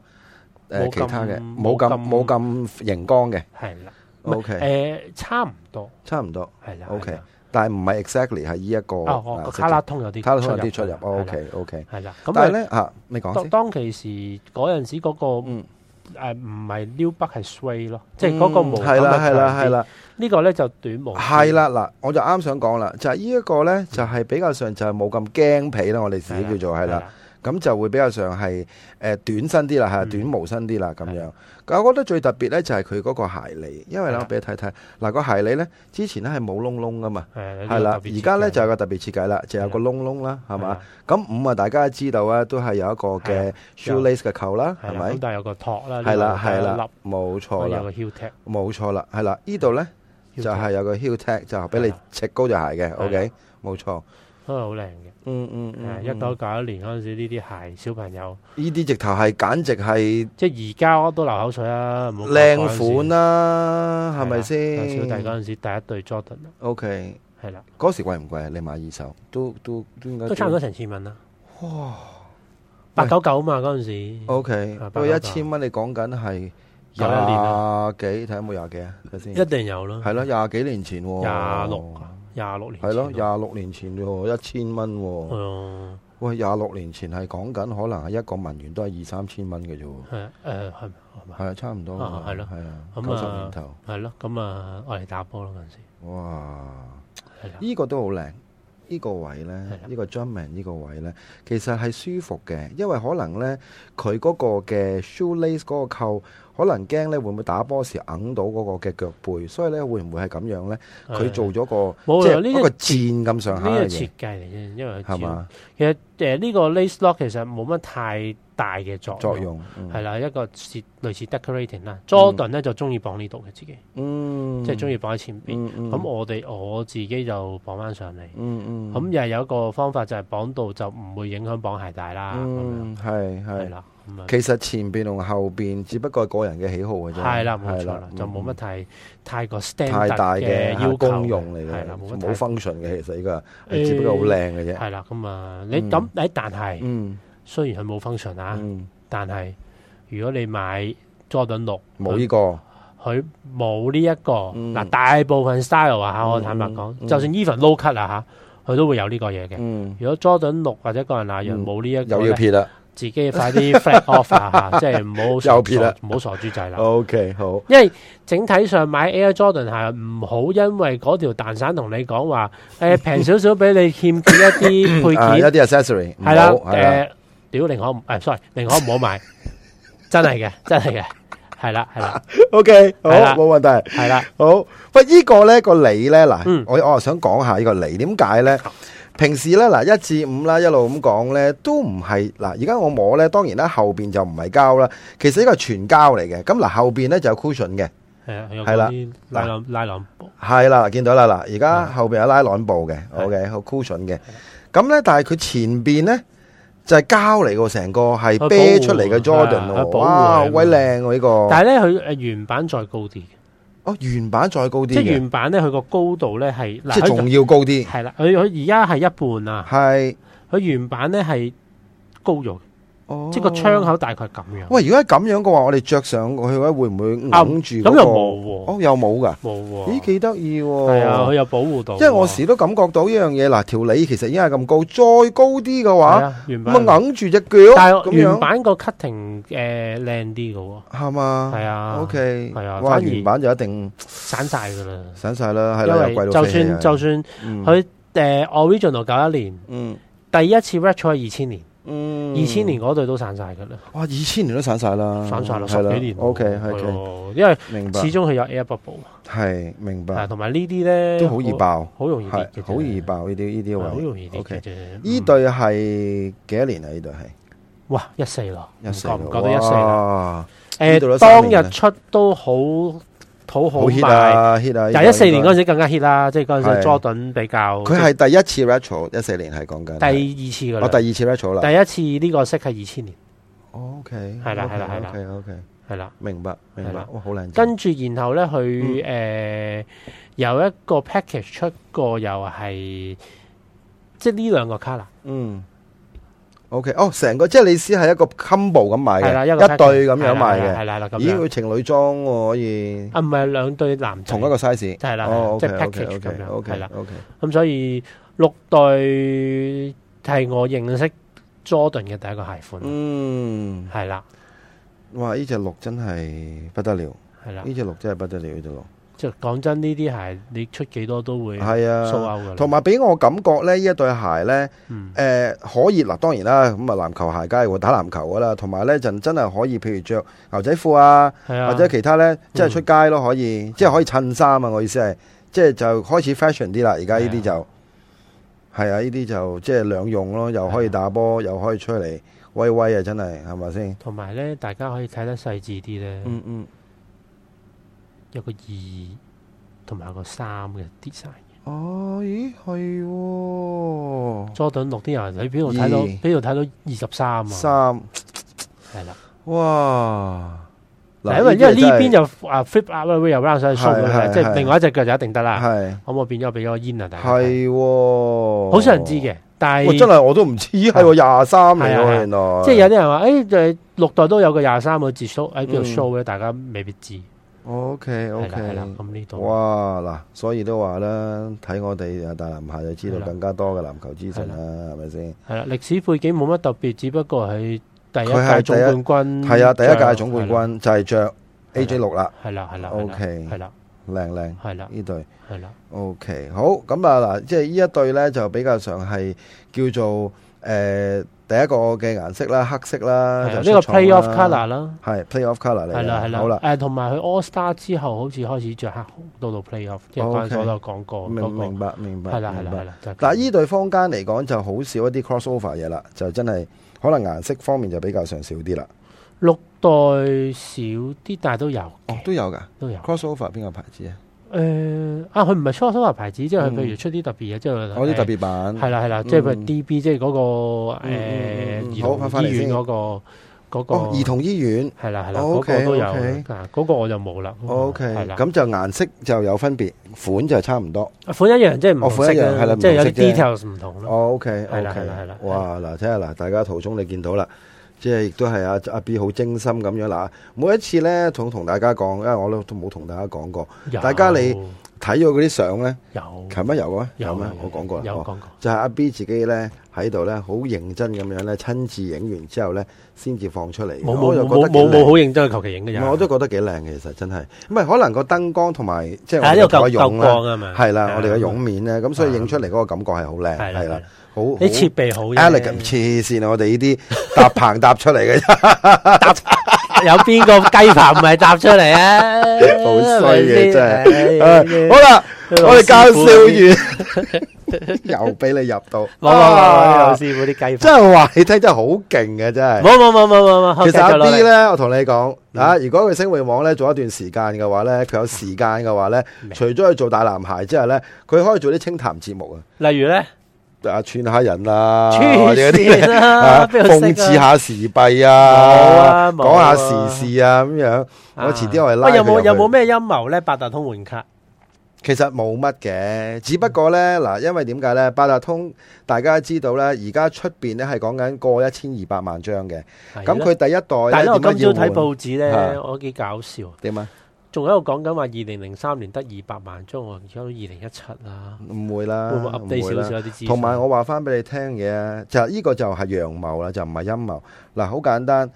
S4: 誒
S5: 啊冇
S4: 其
S5: 咁
S4: 他嘅冇
S5: 冇
S4: 咁
S5: 咁
S4: 冇咁熒光嘅
S5: 係啦，唔係
S4: ，OK，
S5: 誒差唔多
S4: 差唔多，
S5: 係啦
S4: OK
S5: 係啦
S4: 但係唔係 exactly 係呢一個
S5: 哦，我個
S4: 顏色
S5: 卡拉通有啲
S4: 卡拉通有啲出
S5: 出
S4: 入
S5: 入
S4: ，OK OK。
S5: 係啦。
S4: 但係
S5: 咁啊，
S4: 咧嚇，你講
S5: 當
S4: 先，
S5: 當其時嗰陣時嗰個
S4: 嗯
S5: 誒唔係 New 北係 Sway 咯，即係嗰個毛
S4: 嗯
S5: 感
S4: 係啦係啦係
S5: 啦。
S4: 啦
S5: 呢個咧就短毛，
S4: 係，啦嗱，我就啱想講啦，就係呢一個咧就係比較上就係冇咁驚皮啦，我哋自己叫做係啦。，咁就會比較上係誒、呃短身啲啦，係
S5: 嗯
S4: 短毛身啲啦咁
S5: 係
S4: 樣。但我覺得最特別咧就係佢嗰個鞋脷，因為
S5: 係
S4: 咧
S5: 啦
S4: 我俾你睇睇，嗱個鞋脷咧之前咧係冇窿窿噶嘛，
S5: 係
S4: 係啦，而家咧就有
S5: 係
S4: 個特別設計啦，就有個窿窿啦，係嘛？
S5: 啦？
S4: 咁五啊，大家知道啊，都係有一個嘅 shoelace 嘅扣啊啦，係
S5: 係咪？
S4: 咪
S5: 咁？但係有個托啦，
S4: 係啦，
S5: 呢個
S4: 係
S5: 有
S4: 啦
S5: 粒，
S4: 冇錯
S5: 有
S4: 啦，
S5: 個 heel tag，
S4: 冇錯啦，係啦，呢度咧就係有個 heel tag，就俾
S5: 係
S4: 你
S5: 啦
S4: 赤高隻鞋嘅
S5: 啦
S4: ，OK，冇錯，
S5: 都係好靚嘅。
S4: 嗯嗯
S5: 誒，一九九一年嗰陣時呢啲鞋，小朋友
S4: 呢啲直頭係簡直係
S5: 即係而家我都流口水啦，唔好講嗰陣時
S4: 靚款。啦，係咪
S5: 但係小弟
S4: 先
S5: 嗰陣時第一對 Jordan 啦
S4: ？OK，
S5: 係啦，
S4: 嗰時貴唔貴啊？你買二手都都都應該
S5: 都差唔多成千蚊啦，
S4: 哇
S5: 啊八九九嘛嗰陣時。
S4: ，OK，不過
S5: 啊八九
S4: 一
S5: 九
S4: 千蚊你講緊係
S5: 九一年啊
S4: 廿幾，睇有冇廿幾啊？睇先
S5: 一，定有啦，
S4: 係咯，廿幾年前喎，
S5: 廿六廿六年
S4: 係咯，
S5: 前哦
S4: 廿六年前喎，一千蚊喎。
S5: 咯，
S4: 喂，廿六年前係講緊可能係一個文員都係二三千蚊嘅啫喎，
S5: 係誒係咪係咪
S4: 係啊，差唔多㗎
S5: 啊係咯
S4: 係啊，
S5: 咁
S4: 九十
S5: 啊
S4: 年頭，
S5: 係咯，咁啊，我哋打波啦嗰陣時，
S4: 哇！
S5: 係啦，
S4: 呢個都好靚，呢、個位呢，
S5: 啊係啦啊
S4: 呢個 Jumpman 呢個位呢，其實係舒服嘅，因為可能呢，佢嗰個嘅 shoelace 嗰個扣可能驚咧會唔會打波時揞到嗰個嘅腳背，所以咧會唔會係咁樣咧？佢做咗個
S5: 冇
S4: 即
S5: 啊
S4: 係
S5: 呢個
S4: 一個箭咁上下
S5: 呢個
S4: 嘅
S5: 設
S4: 嘢，
S5: 計嚟啫，因為佢
S4: 係嘛
S5: 其實誒呢個 lace lock 其實冇乜太大嘅作
S4: 作。用？嗯
S5: 係啦，一個似類似 decorating 啦。Jordan 咧就中意綁呢度嘅自己，
S4: 嗯，
S5: 即係中意綁喺前邊。
S4: 嗯。嗯
S5: 咁我哋我自己就綁翻上嚟。
S4: 嗯嗯，
S5: 咁又係有一個方法就係綁到就唔會影響綁鞋帶啦。咁樣
S4: 嗯係
S5: 係
S4: 係，
S5: 啦，咁啊
S4: 其實前邊同後邊只不過係個人嘅喜好嘅啫，
S5: 係啦，冇錯啦，
S4: 嗯
S5: 就冇乜太太過
S4: 太
S5: standard
S4: 大
S5: 嘅要求
S4: 功用嚟嘅，
S5: 係啦，冇乜
S4: 冇
S5: 太
S4: function 嘅，其實呢個
S5: 誒
S4: 係只不過好靚嘅啫。
S5: 係啦，咁啊，你
S4: 嗯
S5: 咁你但係
S4: 嗯
S5: 雖然佢冇 function 啊，
S4: 嗯，
S5: 但係如果你買 Jordan 六，
S4: 冇呢個
S5: 佢冇呢一個
S4: 嗯
S5: 嗱，大部分 style 啊嚇，我坦白
S4: 嗯
S5: 講，
S4: 嗯
S5: 就算 even low cut 啊嚇，佢都會有呢個嘢嘅。
S4: 嗯，
S5: 如果 Jordan 六或者個人那樣
S4: 嗯
S5: 冇呢一個
S4: 又要
S5: 咧，
S4: 撇啦。
S5: 自己 快啲 flat off 啊嚇，即係唔好傻
S4: 又撇啦
S5: 唔好傻豬仔啦。
S4: OK，好，
S5: 因為整體上買 Air Jordan 鞋唔好，因為嗰條蛋散同你講話， 誒平少少俾你欠缺一 啲
S4: 啊
S5: 配
S4: 一
S5: 件，
S4: 啲 accessory 唔
S5: 係啦，
S4: 好係啦，
S5: 誒，屌寧可唔，誒，sorry，寧可唔好 買，真係嘅，真係嘅，係啦，係啦，
S4: OK，好
S5: 係啦
S4: 冇問題，
S5: 係啦，
S4: 好。喂，依個咧個理咧嗱
S5: 嗯，
S4: 我我又想講下呢個理點解咧？平時咧嗱一至五啦，一路咁講咧，都唔係嗱。而家我摸咧，當然啦，後邊就唔係膠啦，其實呢個係全膠嚟嘅。咁嗱，後邊咧就有 cushion 嘅。
S5: 係 啊，有
S4: 係啦
S5: 嗰啲拉朗拉朗布，
S4: 係啦，見到啦嗱，而家
S5: 嗯
S4: 後邊有拉朗布嘅
S5: 係
S4: ，OK，好 cushion 嘅。咁咧，但係佢前邊咧就係膠嚟喎，成個係啤
S5: 佢保護
S4: 出嚟嘅
S5: 啊
S4: Jordan
S5: 佢
S4: 喎，
S5: 保護
S4: 哇，好
S5: 佢啊
S4: 鬼
S5: 嘛
S4: 靚喎呢個。
S5: 但係咧佢誒原版再高啲嘅，
S4: 哦，原版再高啲
S5: 即係
S4: 嘅，
S5: 原版咧佢個高度咧係嗱
S4: 即係仲
S5: 佢
S4: 要高啲，
S5: 係啦，佢佢而家係一半啊，
S4: 係
S5: 佢原版咧係高咗，
S4: 哦
S5: 即係個窗。口大概咁樣。
S4: 喂，如果係咁樣嘅話，我哋着上去嘅話，會唔會
S5: 啊
S4: 揞住嗰個？
S5: 咁又冇喎，
S4: 哦，又冇噶，
S5: 冇喎。
S4: 咦，幾得意喎！
S5: 係啊，佢又保護到喎。
S4: 因為我時都感覺到呢樣嘢，嗱，條脷其實已經係咁高，再高啲嘅
S5: 係
S4: 話，
S5: 啊，原版
S4: 咁啊，揞住只腳
S5: 但係
S4: 咁
S5: 原
S4: 樣，
S5: 版個 cutting 誒靚啲嘅喎，
S4: 係嘛？
S5: 係啊
S4: O K，
S5: 係啊
S4: 哇，
S5: 反而
S4: 原版就一定
S5: 散晒㗎啦。
S4: 散晒啦，係
S5: 因
S4: 啦，又
S5: 為
S4: 貴到
S5: 就
S4: 飛起啊
S5: 算就算
S4: 嗯
S5: 佢誒 original 九一年，
S4: 嗯
S5: 第一次 retro 係二千年，
S4: 嗯
S5: 二千年嗰對都散晒㗎啦，
S4: 哇，二千年都散晒啦，
S5: 散晒啦十幾年喎。
S4: O K
S5: 係
S4: O K，
S5: 喎因為
S4: 明白
S5: 始，終佢有 air bubble
S4: 係明
S5: 啊，
S4: 白，
S5: 同埋呢啲咧
S4: 都好易，爆。
S5: 好容易裂嘅
S4: 系
S5: 啫，
S4: 好易爆呢啲呢
S5: 係，
S4: 啲
S5: 好
S4: 位。
S5: 容易裂
S4: OK
S5: 嘅啫。
S4: 呢
S5: 嗯
S4: 對係幾多年啊？呢對係
S5: 哇一四咯，唔
S4: 一四
S5: 覺
S4: 咯，
S5: 嗯唔覺得一四啦？
S4: 啦，呢度
S5: 誒
S4: 都三
S5: 當
S4: 年啦
S5: 日出都好討好
S4: 好 hit
S5: 賣，
S4: 啊 hit 啊！
S5: 但係一四年嗰陣
S4: 陣，
S5: 時更加 hit 啦，即係嗰陣
S4: 係
S5: 時 Jordan 比較，
S4: 佢係第一次 retro，一四年係講緊係
S5: 即係第二次
S4: 我
S5: 噶
S4: 第
S5: 啦，
S4: 二次 retro 啦。
S5: 第一次呢個色係二千年，
S4: 哦 OK，
S5: 係啦係啦係啦
S4: ，OK OK，
S5: 係啦。
S4: 明白明
S5: 係
S4: 白
S5: 啦，
S4: 哇好靚仔，
S5: 跟住然後咧，
S4: 嗯
S5: 佢誒有一個 package 出過，又係即係呢兩個 colour，
S4: 嗯。OK，哦，成個即係你先係一個 combo 咁買
S5: 係啦
S4: 嘅，
S5: 個 package，
S4: 一對咁樣買
S5: 係啦係
S4: 嘅，
S5: 啦係啦咁
S4: 咦，
S5: 樣
S4: 佢情侶裝喎，可以
S5: 啊，唔係兩對男仔
S4: 同一個 size，
S5: 係啦
S4: 哦
S5: 係啦
S4: OK，
S5: 即係 package 咁樣
S4: OK，OK，
S5: 係啦
S4: OK，
S5: 咁，所以六對係我認識 Jordan 嘅第一個鞋款，
S4: 嗯。
S5: 係啦
S4: 哇！呢只鹿真係不得了，
S5: 係啦。
S4: 呢只鹿真係不得了，呢只鹿
S5: 即係講真，呢啲鞋你出幾多都會
S4: 係
S5: 蘇
S4: 啊。
S5: 歐噶。
S4: 同埋俾我感覺咧，呢一對鞋咧，誒、
S5: 嗯
S4: 可以嗱，當然啦，咁啊籃球鞋梗係會打籃球噶啦，同埋咧就真係可以，譬如着牛仔褲啊，嗯
S5: 係啊，
S4: 或者其他咧，即係出街咯，可以，即係可以襯衫啊！我意思係，即係就開始 fashion 啲啦，而家呢啲就係啊，呢啲就即係啊兩用咯，又可以打波，又可以出嚟威威啊！真係係咪先？
S5: 同埋咧，大家可以睇得細緻啲咧，
S4: 嗯嗯，
S5: 有個二同埋有個三嘅 design。
S4: 哦，咦，係喎。
S5: Jordan 六啲人喺邊度睇到？
S4: 二
S5: 邊度睇到二十三
S4: 嗯
S5: 啊？
S4: 三，
S5: 係啦，
S4: 哇！嗱
S5: 因為因為呢邊
S4: 啲
S5: 就啊 flip up 啦，會有 round 上 show
S4: 係
S5: 啦，
S4: 係
S5: 即係
S4: 係
S5: 另外一隻腳就一定得啦。
S4: 係
S5: 咁我變咗俾咗個煙啊，大家睇
S4: 係喎，
S5: 啊好少人知，嘅，但
S4: 哇！真
S5: 係
S4: 係哦我都唔知，係喎廿三嚟
S5: 係
S4: 喎，
S5: 啊係啊
S4: 原來
S5: 即係有啲人話，誒誒六代都有個廿三個字 show 喺邊度
S4: 嗯
S5: show 咧，大家未必知。
S4: OK
S5: 係啦係啦
S4: OK，，
S5: 咁呢度
S4: 哇！嗱，所以都話啦，睇我哋啊大籃下就知
S5: 係
S4: 道
S5: 啦
S4: 更加多嘅籃球資訊啦，係咪先？
S5: 係啦，歷史背景冇乜特別，只不過係第一
S4: 佢係
S5: 屆總冠軍，
S4: 係啊，第一屆總冠，軍就係着 AJ 六啦，
S5: 係啦係啦
S4: OK
S5: 係啦
S4: 靚靚
S5: 係啦
S4: 呢對。
S5: 係啦，
S4: OK，好咁啊嗱，即係呢一對咧就比較上係叫做誒、呃第一個嘅顏色啦，黑色啦，
S5: 係
S4: 就
S5: 啊呢個
S4: 出廠
S5: play
S4: l
S5: off colour 啦，
S4: 係 play off colour 嚟嘅，
S5: 係啦係啦，
S4: 好啦，
S5: 誒同埋佢 All Star 之後好似開始着黑紅到到 play off，即係嗰
S4: 哦 OK
S5: 陣時我都有講過
S4: 明明
S5: 嗰
S4: 白明
S5: 個，
S4: 白，
S5: 係啦係
S4: 明
S5: 啦
S4: 白
S5: 係啦，就係咁
S4: 但係依對坊間嚟講就好少一啲 crossover 嘢啦，就真係可能顏色方面就比較上少啲啦。
S5: 六代少啲，但係都有
S4: 哦，都有噶
S5: 都有。
S4: crossover 邊個牌子啊？
S5: 誒啊，佢唔係初手牌子，即係佢
S4: 嗯哦
S5: 譬如出啲特別嘢，即係
S4: 我啲特
S5: 別
S4: 別版
S5: 係啦係啦，即係譬如
S4: 嗯
S5: DB，即係嗰個誒
S4: 嗯嗯嗯
S5: 兒
S4: 好翻返
S5: 童
S4: 嚟
S5: 醫院
S4: 先
S5: 嗰個嗰個
S4: 哦，兒童醫院。
S5: 係啦係啦，
S4: 哦
S5: 嗰個都有
S4: OK，OK
S5: 啊，嗰個我就冇啦。
S4: OK，
S5: 哦係啦，
S4: 咁就顏色就有分別，款就差唔多。
S5: 款一樣，即係唔
S4: 哦
S5: 同色
S4: 款一樣係啦
S5: 嘅，即係有
S4: 唔同
S5: 啲
S4: 色
S5: details 唔同咯。
S4: 哦，OK，
S5: 係啦
S4: OK
S5: 係啦係啦
S4: 哇，嗱，睇下嗱，大家途中你見到啦，即係亦都係阿阿 B 好精心咁樣嗱，每一次咧同同大家講，因為我都都冇同大家講過，
S5: 有
S4: 大家你睇咗嗰啲相咧，
S5: 有
S4: 琴日有嘅咩？
S5: 有
S4: 咩
S5: 有？
S4: 我講過啦，
S5: 有
S4: 哦
S5: 講過。
S4: 就係阿 B 自己咧喺度咧，好認真咁樣咧，親自影完之後咧，先至放出嚟。
S5: 冇
S4: 我
S5: 冇
S4: 就覺
S5: 冇
S4: 得幾
S5: 冇冇好
S4: 靚
S5: 認真去求其影嘅
S4: 唔
S5: 有
S4: 係，我都覺得幾靚嘅，其實真係，唔係可能個燈光同埋即係
S5: 係
S4: 我哋
S5: 呢個
S4: 個
S5: 夠夠
S4: 絨咧
S5: 光，啊嘛，
S4: 係啦，我哋嘅
S5: 係啊
S4: 絨面咧，咁所以影出嚟嗰個感覺係好靚，
S5: 係
S4: 係
S5: 啦係
S4: 啦
S5: 啦，，
S4: 好
S5: 你設備好啫
S4: elegant 黐線啊！我哋呢啲搭棚搭出嚟嘅 啫，
S5: 有邊個雞扒唔係搭出嚟啊？
S4: 好衰嘅真係。哎
S5: 係咪
S4: 唉
S5: 先
S4: 好啦，
S5: 老
S4: 我哋教
S5: 師傅
S4: 笑完， 又俾你入 到，
S5: 冇冇冇，老
S4: 啊
S5: 師傅啲雞
S4: 真係話你聽真係好勁嘅真係。
S5: 冇冇冇冇冇冇，
S4: 其實阿
S5: 繼續嗯落嚟
S4: B 咧，我同你講啊，如果佢星匯網咧做一段時間嘅話咧，佢有時間嘅話咧，
S5: 嗯
S4: 除咗去做大男孩之後咧，佢可以做啲清談節目啊，
S5: 例如咧，
S4: 啊串下人啦，或
S5: 黐
S4: 者嗰啊啲
S5: 線啦，
S4: 啊
S5: 邊度識
S4: 諷
S5: 啊
S4: 刺下時弊
S5: 冇
S4: 啊，
S5: 啊冇
S4: 講下
S5: 啊
S4: 時事啊咁樣。我遲啲我係
S5: 啊
S4: 拉
S5: 喂有冇
S4: 佢入去
S5: 有冇咩陰謀咧？八達通換卡
S4: 其實冇乜嘅，只不過呢，嗱，因為點解呢？八達通大家知道呢，而家出邊呢係講緊過一千二百萬張嘅，
S5: 係
S4: 咁佢
S5: 啦
S4: 第一代
S5: 但係咧，
S4: 呢
S5: 我
S4: 點
S5: 今
S4: 解
S5: 朝
S4: 要
S5: 睇
S4: 換？
S5: 報紙
S4: 嚇
S5: 咧，我幾搞笑，
S4: 點啊？
S5: 仲喺度講緊話二零零三年得二百萬張，我而家都二零一七啦，
S4: 唔會啦，
S5: 會唔會
S4: 啊唔
S5: update
S4: 會
S5: 少
S4: 啦
S5: 少。啲資訊？
S4: 同埋我話翻俾你聽嘅，就係呢個就係陽謀啦，就唔係陰謀。嗱，好簡單，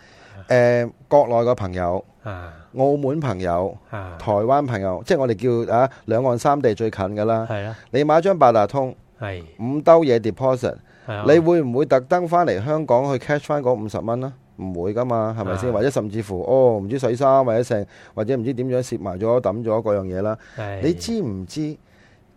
S4: 誒，國內嘅朋友、
S5: 啊
S4: 澳門朋友、
S5: 啊，
S4: 台灣朋友，即係我哋叫啊兩岸三地最近㗎啦。
S5: 係啦，
S4: 你買張八達通
S5: 係
S4: 五兜嘢 deposit，
S5: 係啊
S4: 你會唔會特登翻嚟香港去 cash 翻嗰五十蚊啊？唔會噶嘛，係咪先？
S5: 啊
S4: 或者甚至乎哦，唔知洗衫或者剩，或者唔知點樣攝埋咗抌咗嗰樣嘢啦。
S5: 係
S4: 你知唔知？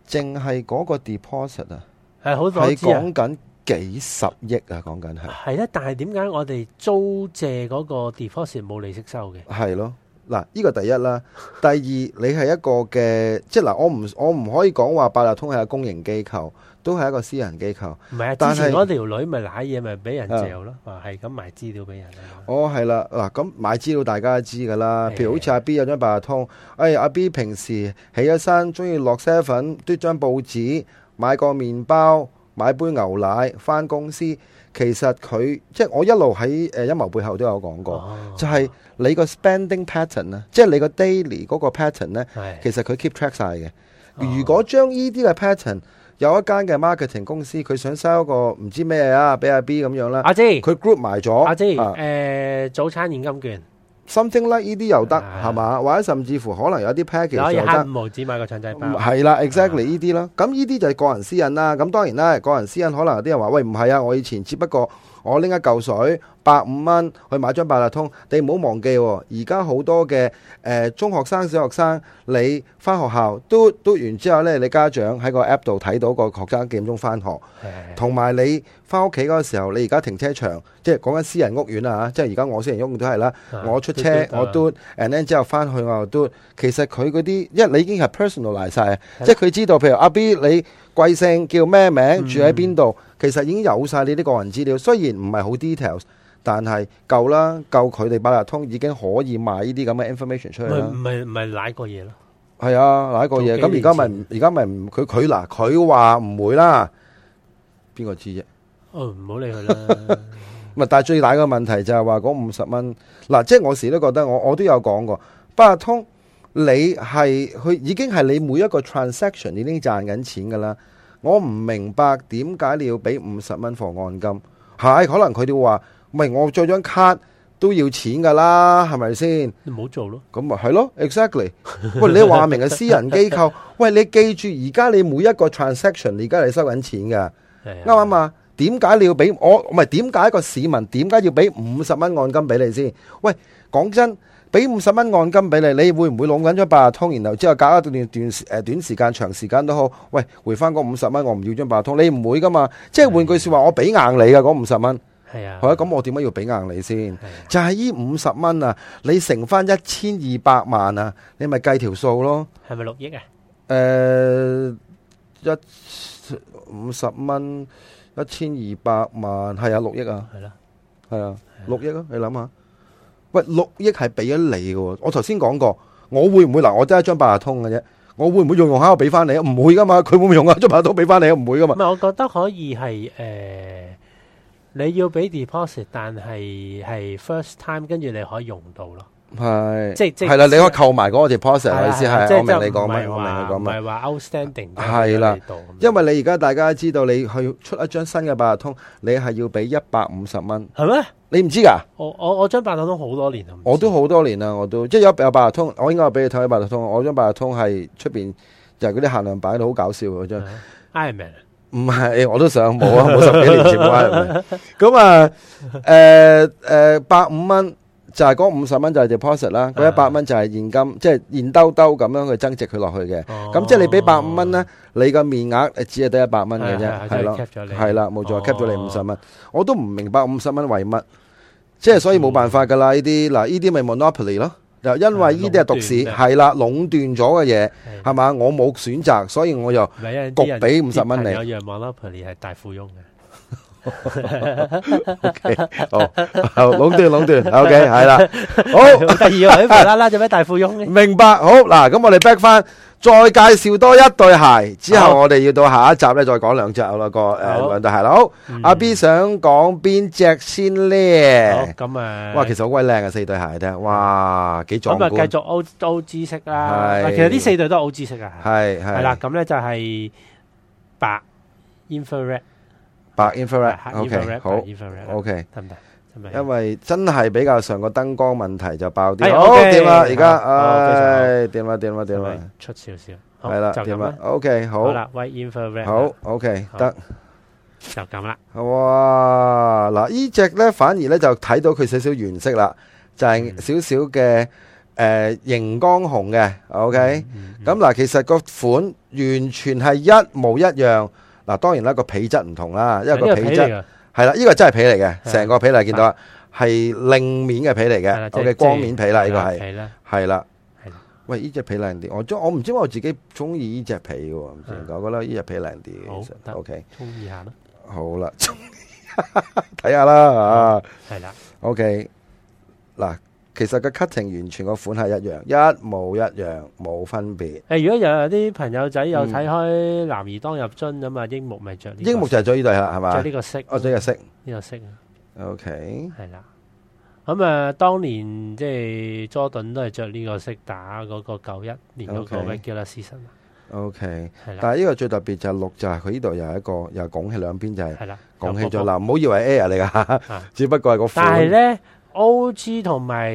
S4: 淨係嗰個 deposit 啊，
S5: 係好多
S4: 係
S5: 知啊
S4: 講。緊幾十億啊，講緊係
S5: 係啦，但係點解我哋租借嗰個 deposit 冇利息收嘅？
S4: 係咯。嗱，呢個第一啦，第二你係一個嘅，即係嗱，我唔我唔可以講話八達通係個公營機構，都係一個私人機構。
S5: 唔係啊，
S4: 但係
S5: 之前嗰條女咪賴嘢，咪俾人嚼咯，話係咁賣資料俾人啊。
S4: 哦，係啦，嗱，咁買資料大家都知㗎啦，
S5: 係
S4: 譬如好似阿 B 有張八達通，哎，阿 B 平時起咗身，中意落 seven，嘟張報紙，買個麵包，買杯牛奶，翻公司，其實佢即係我一路喺誒陰謀背後都有講過，
S5: 哦
S4: 就係你個 spending pattern 啊，即係你個 daily 嗰個 pattern 咧，
S5: 係
S4: 其實佢 keep track 晒嘅。
S5: 哦
S4: 如果將呢啲嘅 pattern 有一間嘅 marketing 公司，佢想 sell 個唔知咩啊，俾阿 B 咁樣啦，
S5: 阿姐，
S4: 佢 group 埋咗，
S5: 阿姐，
S4: 啊
S5: 誒早餐現金券，
S4: something like 呢啲又得
S5: 啊
S4: 係嘛，或者甚至乎可能有啲
S5: 你
S4: package
S5: 可以
S4: 又
S5: 慳
S4: 得。
S5: 五毫紙買個腸仔包。啊
S4: 係啦，exactly 呢啲啦，咁呢啲就係個人私隱啦。咁當然啦，個人私隱可能有啲人話：喂，唔係啊，我以前只不過我拎一嚿水百五蚊去買張八達通。你唔好忘記喎，而家好多嘅誒、呃中學生、小學生，你翻學校嘟嘟完之後呢，你家長喺個 app 度睇到個學生幾點鐘翻學。
S5: 係
S4: 同埋你翻屋企嗰個時候，你而家停車場，即係講緊私人屋苑啊，即係而家我私人屋苑都係啦，
S5: 啊
S4: 我出車
S5: 嘟嘟啊
S4: 我嘟，and then 之後翻去我又嘟。其實佢嗰啲，因為你已經係 personalize 晒，即係佢知道，譬如阿 B 你貴姓叫咩名，住喺邊度，其實已經有晒你啲個人資料。雖然唔係好 details，但係夠啦，夠佢哋八達通已經可以賣呢啲咁嘅 information 出
S5: 唔
S4: 去
S5: 係
S4: 啦
S5: 唔。係唔係賴過嘢 咯？
S4: 係啊，嗱一個嘢，
S5: 早
S4: 咁而
S5: 幾年
S4: 家咪唔而家咪唔佢佢嗱佢話唔會啦，邊個知啫？
S5: 哦，唔好理佢啦。
S4: 咪啊但係最大嘅問題就係話嗰五十蚊嗱，即係我時都覺得我我都有講過，八達通你係佢已經係你每一個 transaction 已經賺緊錢㗎啦。我唔明白點解你要俾五十蚊放按金？係可能佢哋會話，唔係我做張卡都要錢㗎啦，係咪先？
S5: 你唔好做咯。
S4: 咁咪係咯，exactly。喂，你話明係私人機構，喂，你記住而家你每一個 transaction，你而家係收緊錢㗎。
S5: 啱
S4: 啱唔啱啊？點解你要俾我？唔係點解一個市民點解要俾五十蚊按金俾你先？喂，講真，俾五十蚊按金俾你，你會唔會攞緊張八達通，然後之後搞一段段誒短時間、長時間都好？喂，回翻嗰五十蚊，我唔要張八達通，你唔會噶嘛？即係換句説話，我俾硬你嘅嗰五十蚊，
S5: 系啊，
S4: 係啊，咁我點解要俾硬你先？
S5: 係啊
S4: 就係呢五十蚊啊，你乘翻一千二百萬啊，你咪計條數咯。
S5: 係咪六億啊？
S4: 诶、呃一五十蚊，一千二百萬，係啊，六億啊，
S5: 係啦，
S4: 係啊，六億啊，你諗下，喂，六億係俾咗你嘅喎，我頭先講過，我會唔會嗱，我得一張八達通嘅啫，我會唔會用用下我俾翻你啊？唔會噶嘛，佢會唔會用下張八達通俾翻你啊？唔會噶
S5: 唔
S4: 嘛，
S5: 係，我覺得可以係诶、呃你要俾 deposit，但係係 first time，跟住你可以用到咯。
S4: 係，
S5: 即即
S4: 嗯係啦，你可以扣埋嗰個 deposit
S5: 係
S4: 啊
S5: 啦
S4: 意思
S5: 係啦即
S4: 係，我明
S5: 即
S4: 你講
S5: 唔係
S4: 乜，我明
S5: 話
S4: 你講
S5: 唔
S4: 乜。
S5: 係話 outstanding
S4: 係啦
S5: 嘅喺度咁樣
S4: 因為你而家大家知道，你去出一張新嘅八達通，你係要俾一百五十蚊，
S5: 係咩？
S4: 你唔知㗎？
S5: 我我我張八達通好多年啦，唔知
S4: 我都好多年啦，我都即係有有八達通，我應該有俾你睇有八達通。我張八達通係出邊就係嗰啲限量版，好搞笑嗰張。
S5: 啊 Iron Man
S4: 唔係，我都想冇啊，冇十幾年前冇啊。 咁啊，誒誒百五蚊就係嗰五十蚊就係 deposit 啦，嗰一百蚊就係現金，即係現兜兜咁樣去增值佢落去嘅。咁即係你俾百五蚊咧，你個面額誒只係得一
S5: 哦
S4: 百蚊嘅啫，哦係咯。係啦，冇錯，cap 咗你五十蚊，我都唔明白五十蚊為乜，即係所以冇辦法㗎啦。呢啲嗱，呢啲咪 monopoly 咯，就因為呢啲係獨市，
S5: 壟斷嘅
S4: 係啦，壟斷咗嘅嘢
S5: 係
S4: 係嘛，我冇選擇，所以 我又
S5: 局
S4: 局俾50蚊你
S5: 有樣 Monopoly 係大富翁嘅，
S4: 哦壟斷壟斷，OK 係啦， 好。
S5: 好第二位無啦啦做咩大富翁咧？
S4: 明白，好嗱，咁我哋 back 翻，再介紹多一對鞋，之
S5: 好
S4: 後我哋要到下一集咧，再講兩隻啦個诶
S5: 好
S4: 兩對鞋啦。好，阿 B 想講邊只先
S5: 嗯好
S4: 咧？
S5: 咁啊，
S4: 哇，其實好鬼靚啊，四對鞋啫，哇，幾壯
S5: 咁
S4: 觀，
S5: 啊繼續 O O 知識啦。
S4: 係
S5: 其實呢四隊都係 O 知識啊，
S4: 係係
S5: 係啦，咁咧就係白 infrared，
S4: 白
S5: 黑
S4: infrared，OK，
S5: infrared，白
S4: 好
S5: infrared，
S4: ，OK。
S5: 得唔得？得唔得
S4: 因為真係比較上個燈光問題就爆啲，
S5: 係
S4: 好
S5: OK，
S4: 掂啦，而家
S5: 好好非常好
S4: 唉掂啦掂啦
S5: 係
S4: 掂
S5: 咪
S4: 啦，
S5: 出少少？好
S4: 係啦
S5: 就
S4: 掂
S5: 咁
S4: 啦
S5: 啦。
S4: ，OK
S5: 好
S4: 好
S5: 啦，喂 infrared，
S4: 好 OK
S5: 好
S4: 得。
S5: 就咁啦。
S4: 哇！嗱，呢只咧反而咧就睇到佢少少原色啦，就係少少嘅誒熒光紅嘅，OK。咁嗱，其實個款完全係一模一樣。嗱，當然啦，個皮質唔同啦，因為個皮
S5: 呢個皮嚟
S4: 質
S5: 㗎
S4: 係啦，呢個真係皮嚟嘅，
S5: 係
S4: 成個皮嚟見到啦，係另面嘅皮嚟
S5: 係
S4: 嘅
S5: 啦即係
S4: ，OK，光面皮啦，呢
S5: 係
S4: 個
S5: 啦
S4: 係
S5: 係啦，
S4: 係啦
S5: 係啦。
S4: 喂，呢只皮靚啲，我中我唔知我自己中意呢只皮喎，唔知點解，我覺得呢只皮靚啲
S5: 好
S4: 嘅，其
S5: 得
S4: 實 OK。
S5: 中意下啦，
S4: 好啦， 睇下啦啊
S5: 係啦，
S4: ，OK，嗱，其實個 cutting 完全個款係一樣，一模一樣，冇分別。
S5: 誒，如果有啲朋友仔有睇開男兒當入樽咁啊，櫻木咪着呢個
S4: 櫻木就係咗呢對啦，係
S5: 着
S4: 嘛
S5: 呢？個色，
S4: 我咗日色
S5: 呢個色啊，
S4: ，OK，
S5: 係啦。咁啊，當年即係 Jordan 都係着呢個色打嗰個九一年嗰個
S4: OK
S5: regular season 啊
S4: OK，
S5: 係啦，
S4: 但係呢個最特別就係綠就係佢呢度又係一個又拱起兩邊就係
S5: 係啦，
S4: 拱起
S5: 有個
S4: 咗啦，唔好以為 air 嚟㗎
S5: 啊，
S4: 只不過係個款。
S5: 但係咧，O.G. 同埋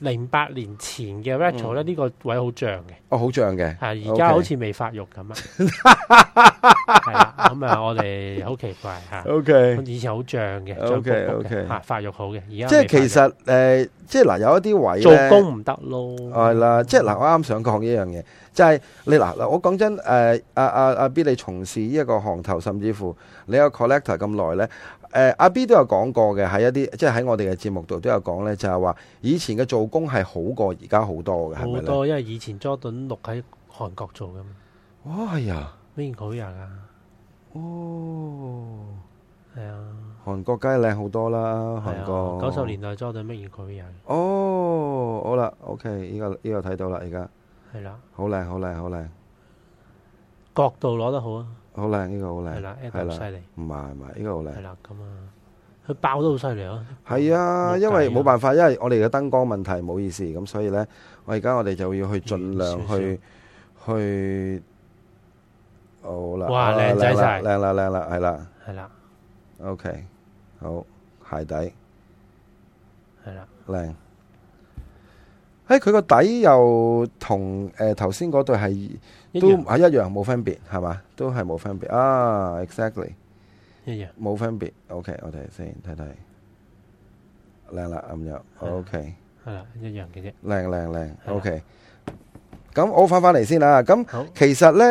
S5: 零八年前嘅 retro
S4: 嗯
S5: 咧，呢個位好像嘅，啊
S4: 哦好像嘅，
S5: 係而家好似未發育 咁啊。係啦，咁啊，我哋好奇怪嚇。
S4: OK。
S5: 以前好漲嘅
S4: OK，
S5: 漲卜卜嘅
S4: OK
S5: 嚇發育好嘅，而家
S4: 即係
S5: 未發育
S4: 其實誒，即係嗱有一啲位
S5: 做
S4: 咧
S5: 工唔得咯，
S4: 係啦，即係嗱，我啱想講呢樣嘢，就係、你嗱嗱，我講真誒，阿阿阿 B 你從事呢一個行頭，甚至乎你有 collector 咁耐咧，誒、阿 B 都有講過嘅，喺一啲即係喺我哋嘅節目度都有講咧，就係話以前嘅做工係好過而家好多嘅，係
S5: 好
S4: 咪咧？
S5: 多，因為以前 Jordan 六喺韓國做噶嘛，
S4: 哇係啊，
S5: 邊個人啊？
S4: 哦，
S5: 係啊，
S4: 韓國梗係靚好多啦，
S5: 係
S4: 韓
S5: 啊，
S4: 國
S5: 九十年代 Jordan 咩演佢人
S4: 哦，好啦，OK，呢、個呢、個睇到啦，而家
S5: 係啦，
S4: 好靚，好靚，好靚，
S5: 角度攞得好啊，
S4: 好靚，呢、個好靚，
S5: 係啦，Adam 犀利，
S4: 唔係唔係，呢、個好靚
S5: 係。啦咁啊，佢爆得好犀利啊，
S4: 係啊，
S5: 冇
S4: 因為
S5: 計啊
S4: 冇辦法，因為我哋嘅燈光問題唔好意思，咁所以呢，我而家我哋就要去盡量去去好啦，
S5: 哇
S4: 啊
S5: 靚仔晒
S4: 靚啦靚啦係啦
S5: 係啦
S4: ，OK，好鞋底
S5: 係啦，
S4: 靚。誒佢個底又同誒頭先嗰對係
S5: 一
S4: 都
S5: 樣
S4: 係一樣冇分別係嘛？都係冇分別啊，exactly。
S5: 一一樣。
S4: 冇分別。OK，我哋先睇睇，靚啦咁樣。OK，
S5: 係啊啦，一樣嘅啫。
S4: 靚靚靚。
S5: 係啦
S4: OK，咁我翻翻嚟先啦。咁
S5: 好，
S4: 其實呢，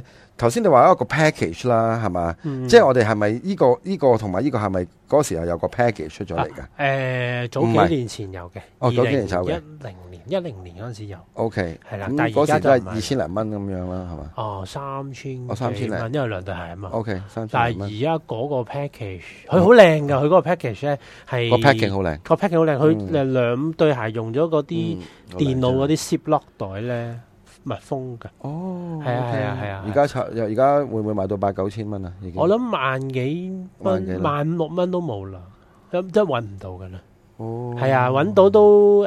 S4: 誒、頭先你話一個 package 啦，係嘛？
S5: 嗯
S4: 即係我哋係咪呢個呢、個同埋呢個係咪嗰時候有個 package 出咗嚟㗎
S5: 啊
S4: 唔
S5: 誒，
S4: 係
S5: 早幾年前有嘅，
S4: 哦早幾年有
S5: 一
S4: 嘅
S5: 零年、一零年嗰陣時有，
S4: ？OK，
S5: 係啦
S4: 咁
S5: 但係
S4: 嗰
S5: 而家
S4: 時都係
S5: 就唔係
S4: 二千零蚊咁樣啦，係嘛
S5: 哦三千
S4: 哦三千零
S5: 幾蚊因為兩對鞋啊嘛。
S4: ？OK，三千
S5: 但
S4: 零
S5: 係
S4: 蚊，
S5: 而家嗰個 package，佢好靚噶，佢嗰個 package 咧係
S4: 個 packing 好靚，
S5: 個 package 好靚，佢
S4: 嗯
S5: 誒兩對鞋用咗嗰啲電腦嗰
S4: 啲。
S5: 啲 ziplock 袋咧密封㗎。
S4: 哦，
S5: 係啊
S4: OK
S5: 係啊係啊
S4: 而家拆又而家會唔會賣到八九千蚊啊？已經
S5: 我諗萬幾
S4: 萬幾啦
S5: 蚊、萬六蚊都冇啦，咁真揾唔到㗎啦。
S4: 哦
S5: 係啊，揾到都誒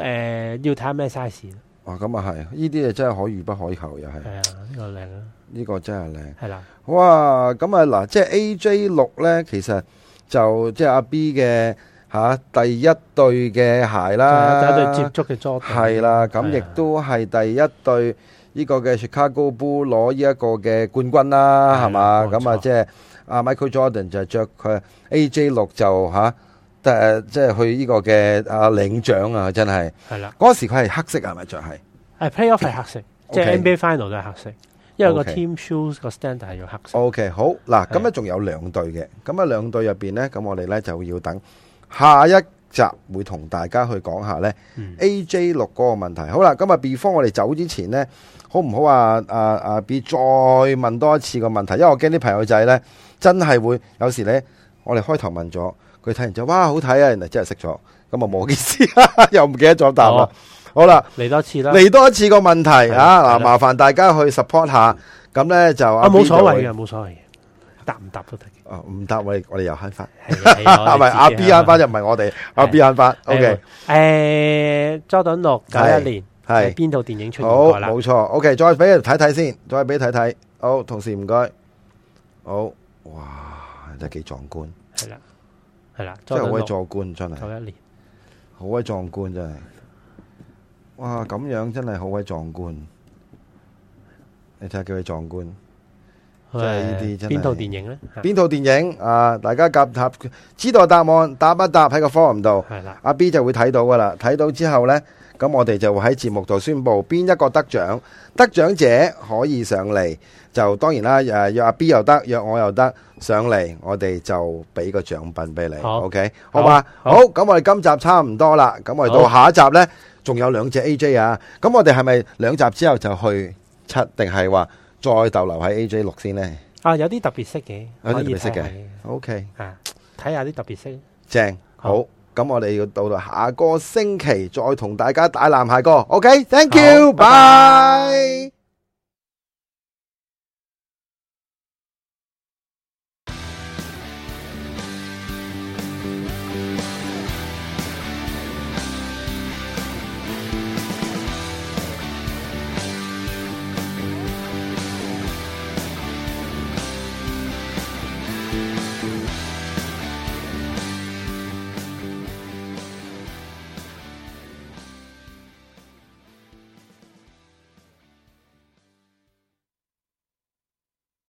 S5: 要睇下咩 size 啦。
S4: 哇，咁啊係，呢啲嘢真係可遇不可求，又係
S5: 係啊，呢個靚啊，
S4: 呢個真係靚。
S5: 係啦。
S4: 哇，咁啊嗱，即係 A J 六呢，其實就即係阿 B 嘅吓、第一對嘅鞋啦，
S5: 就啊有一對接觸嘅 Jordan，
S4: 啊係啦，咁
S5: 係
S4: 亦
S5: 啊
S4: 都係第一對呢個嘅 Chicago Bull 攞呢一個嘅冠軍啦，係
S5: 係啦
S4: 嘛？
S5: 冇錯
S4: 咁啊，即係阿 Michael Jordan 就着佢 AJ 六就嚇，誒即係去呢個嘅啊領獎啊，真係
S5: 係啦。
S4: 嗰時佢係黑色啊係咪着係？
S5: 誒 playoff 係黑色，即
S4: OK
S5: 係 NBA final 都係黑色，因為個
S4: OK 哦
S5: team shoes 個 standard 係要黑色。
S4: O、k 好嗱，咁咧
S5: 係
S4: 仲有兩隊嘅，咁啊兩隊入邊呢，咁我哋呢就要等下一集會同大家去講下呢
S5: 嗯
S4: AJ 六嗰個問題。好啦，咁啊 before 我哋走之前呢，好唔好啊？啊啊 B 再問多一次個問題，因為我驚啲朋友仔呢真係會有時呢，我哋開頭問咗，佢睇完之後，哇好睇啊，原來真係識咗，咁啊冇意思， 又唔記得咗答
S5: 哦
S4: 啦。好啦，
S5: 嚟多次啦。
S4: 嚟多一次個問題
S5: 係
S4: 啊！
S5: 係
S4: 嗱，
S5: 啦
S4: 麻煩大家去 support 下，咁呢就
S5: 啊，
S4: 啊
S5: 冇所謂嘅，冇所謂嘅，答唔答都得嘅。
S4: 哦，唔得，我哋我哋又慳翻，
S5: 係
S4: 啊
S5: 啊
S4: 唔 係阿 B 慳翻就唔係我哋，阿 B 慳翻
S5: 我哋自己
S4: ，OK，
S5: 啊誒，Jordan 六九
S4: 係
S5: 一年
S4: 係
S5: 邊套電影出現
S4: 好，
S5: 過啦？
S4: 冇錯，OK，再俾睇睇先，再俾睇睇，好，同事唔該，好，哇，真係幾壯觀，
S5: 係啦，係啦
S4: 真係好
S5: ，Jordan
S4: 鬼
S5: 六
S4: 壯觀，真係，
S5: 九一年
S4: 好鬼壯觀真係，哇，咁樣真係好鬼壯觀，你睇下幾鬼壯觀，
S5: 即
S4: 係呢啲真係
S5: 邊套電影咧？嚇
S4: 邊套電影啊？大家夾答，知道答案，答一答喺個 forum 度。
S5: 係啦，
S4: 阿 B 就會睇到噶啦，睇到之後呢，咁我哋就會喺節目度宣布邊一個得獎，得獎者可以上嚟，就當然啦，誒約阿 B 又得，約我又得，上嚟我哋就俾個獎品俾你
S5: 好
S4: ，OK，好嘛？
S5: 好
S4: 好，咁我哋今集差唔多啦，咁我哋到下一集呢，仲有兩隻 AJ 啊，咁我哋係咪兩集之後就去七，定係話再逗留喺 AJ 六先呢
S5: 啊有啲特別色嘅，
S4: 有啲
S5: 可以
S4: 特別色嘅
S5: 睇下
S4: ？OK。
S5: 啊，睇下啲特別色。
S4: 正
S5: 好
S4: 好，咁我哋要到到下個星期再同大家打南下歌。OK，thank
S5: 好
S4: you，
S5: 拜
S4: 拜
S5: 拜。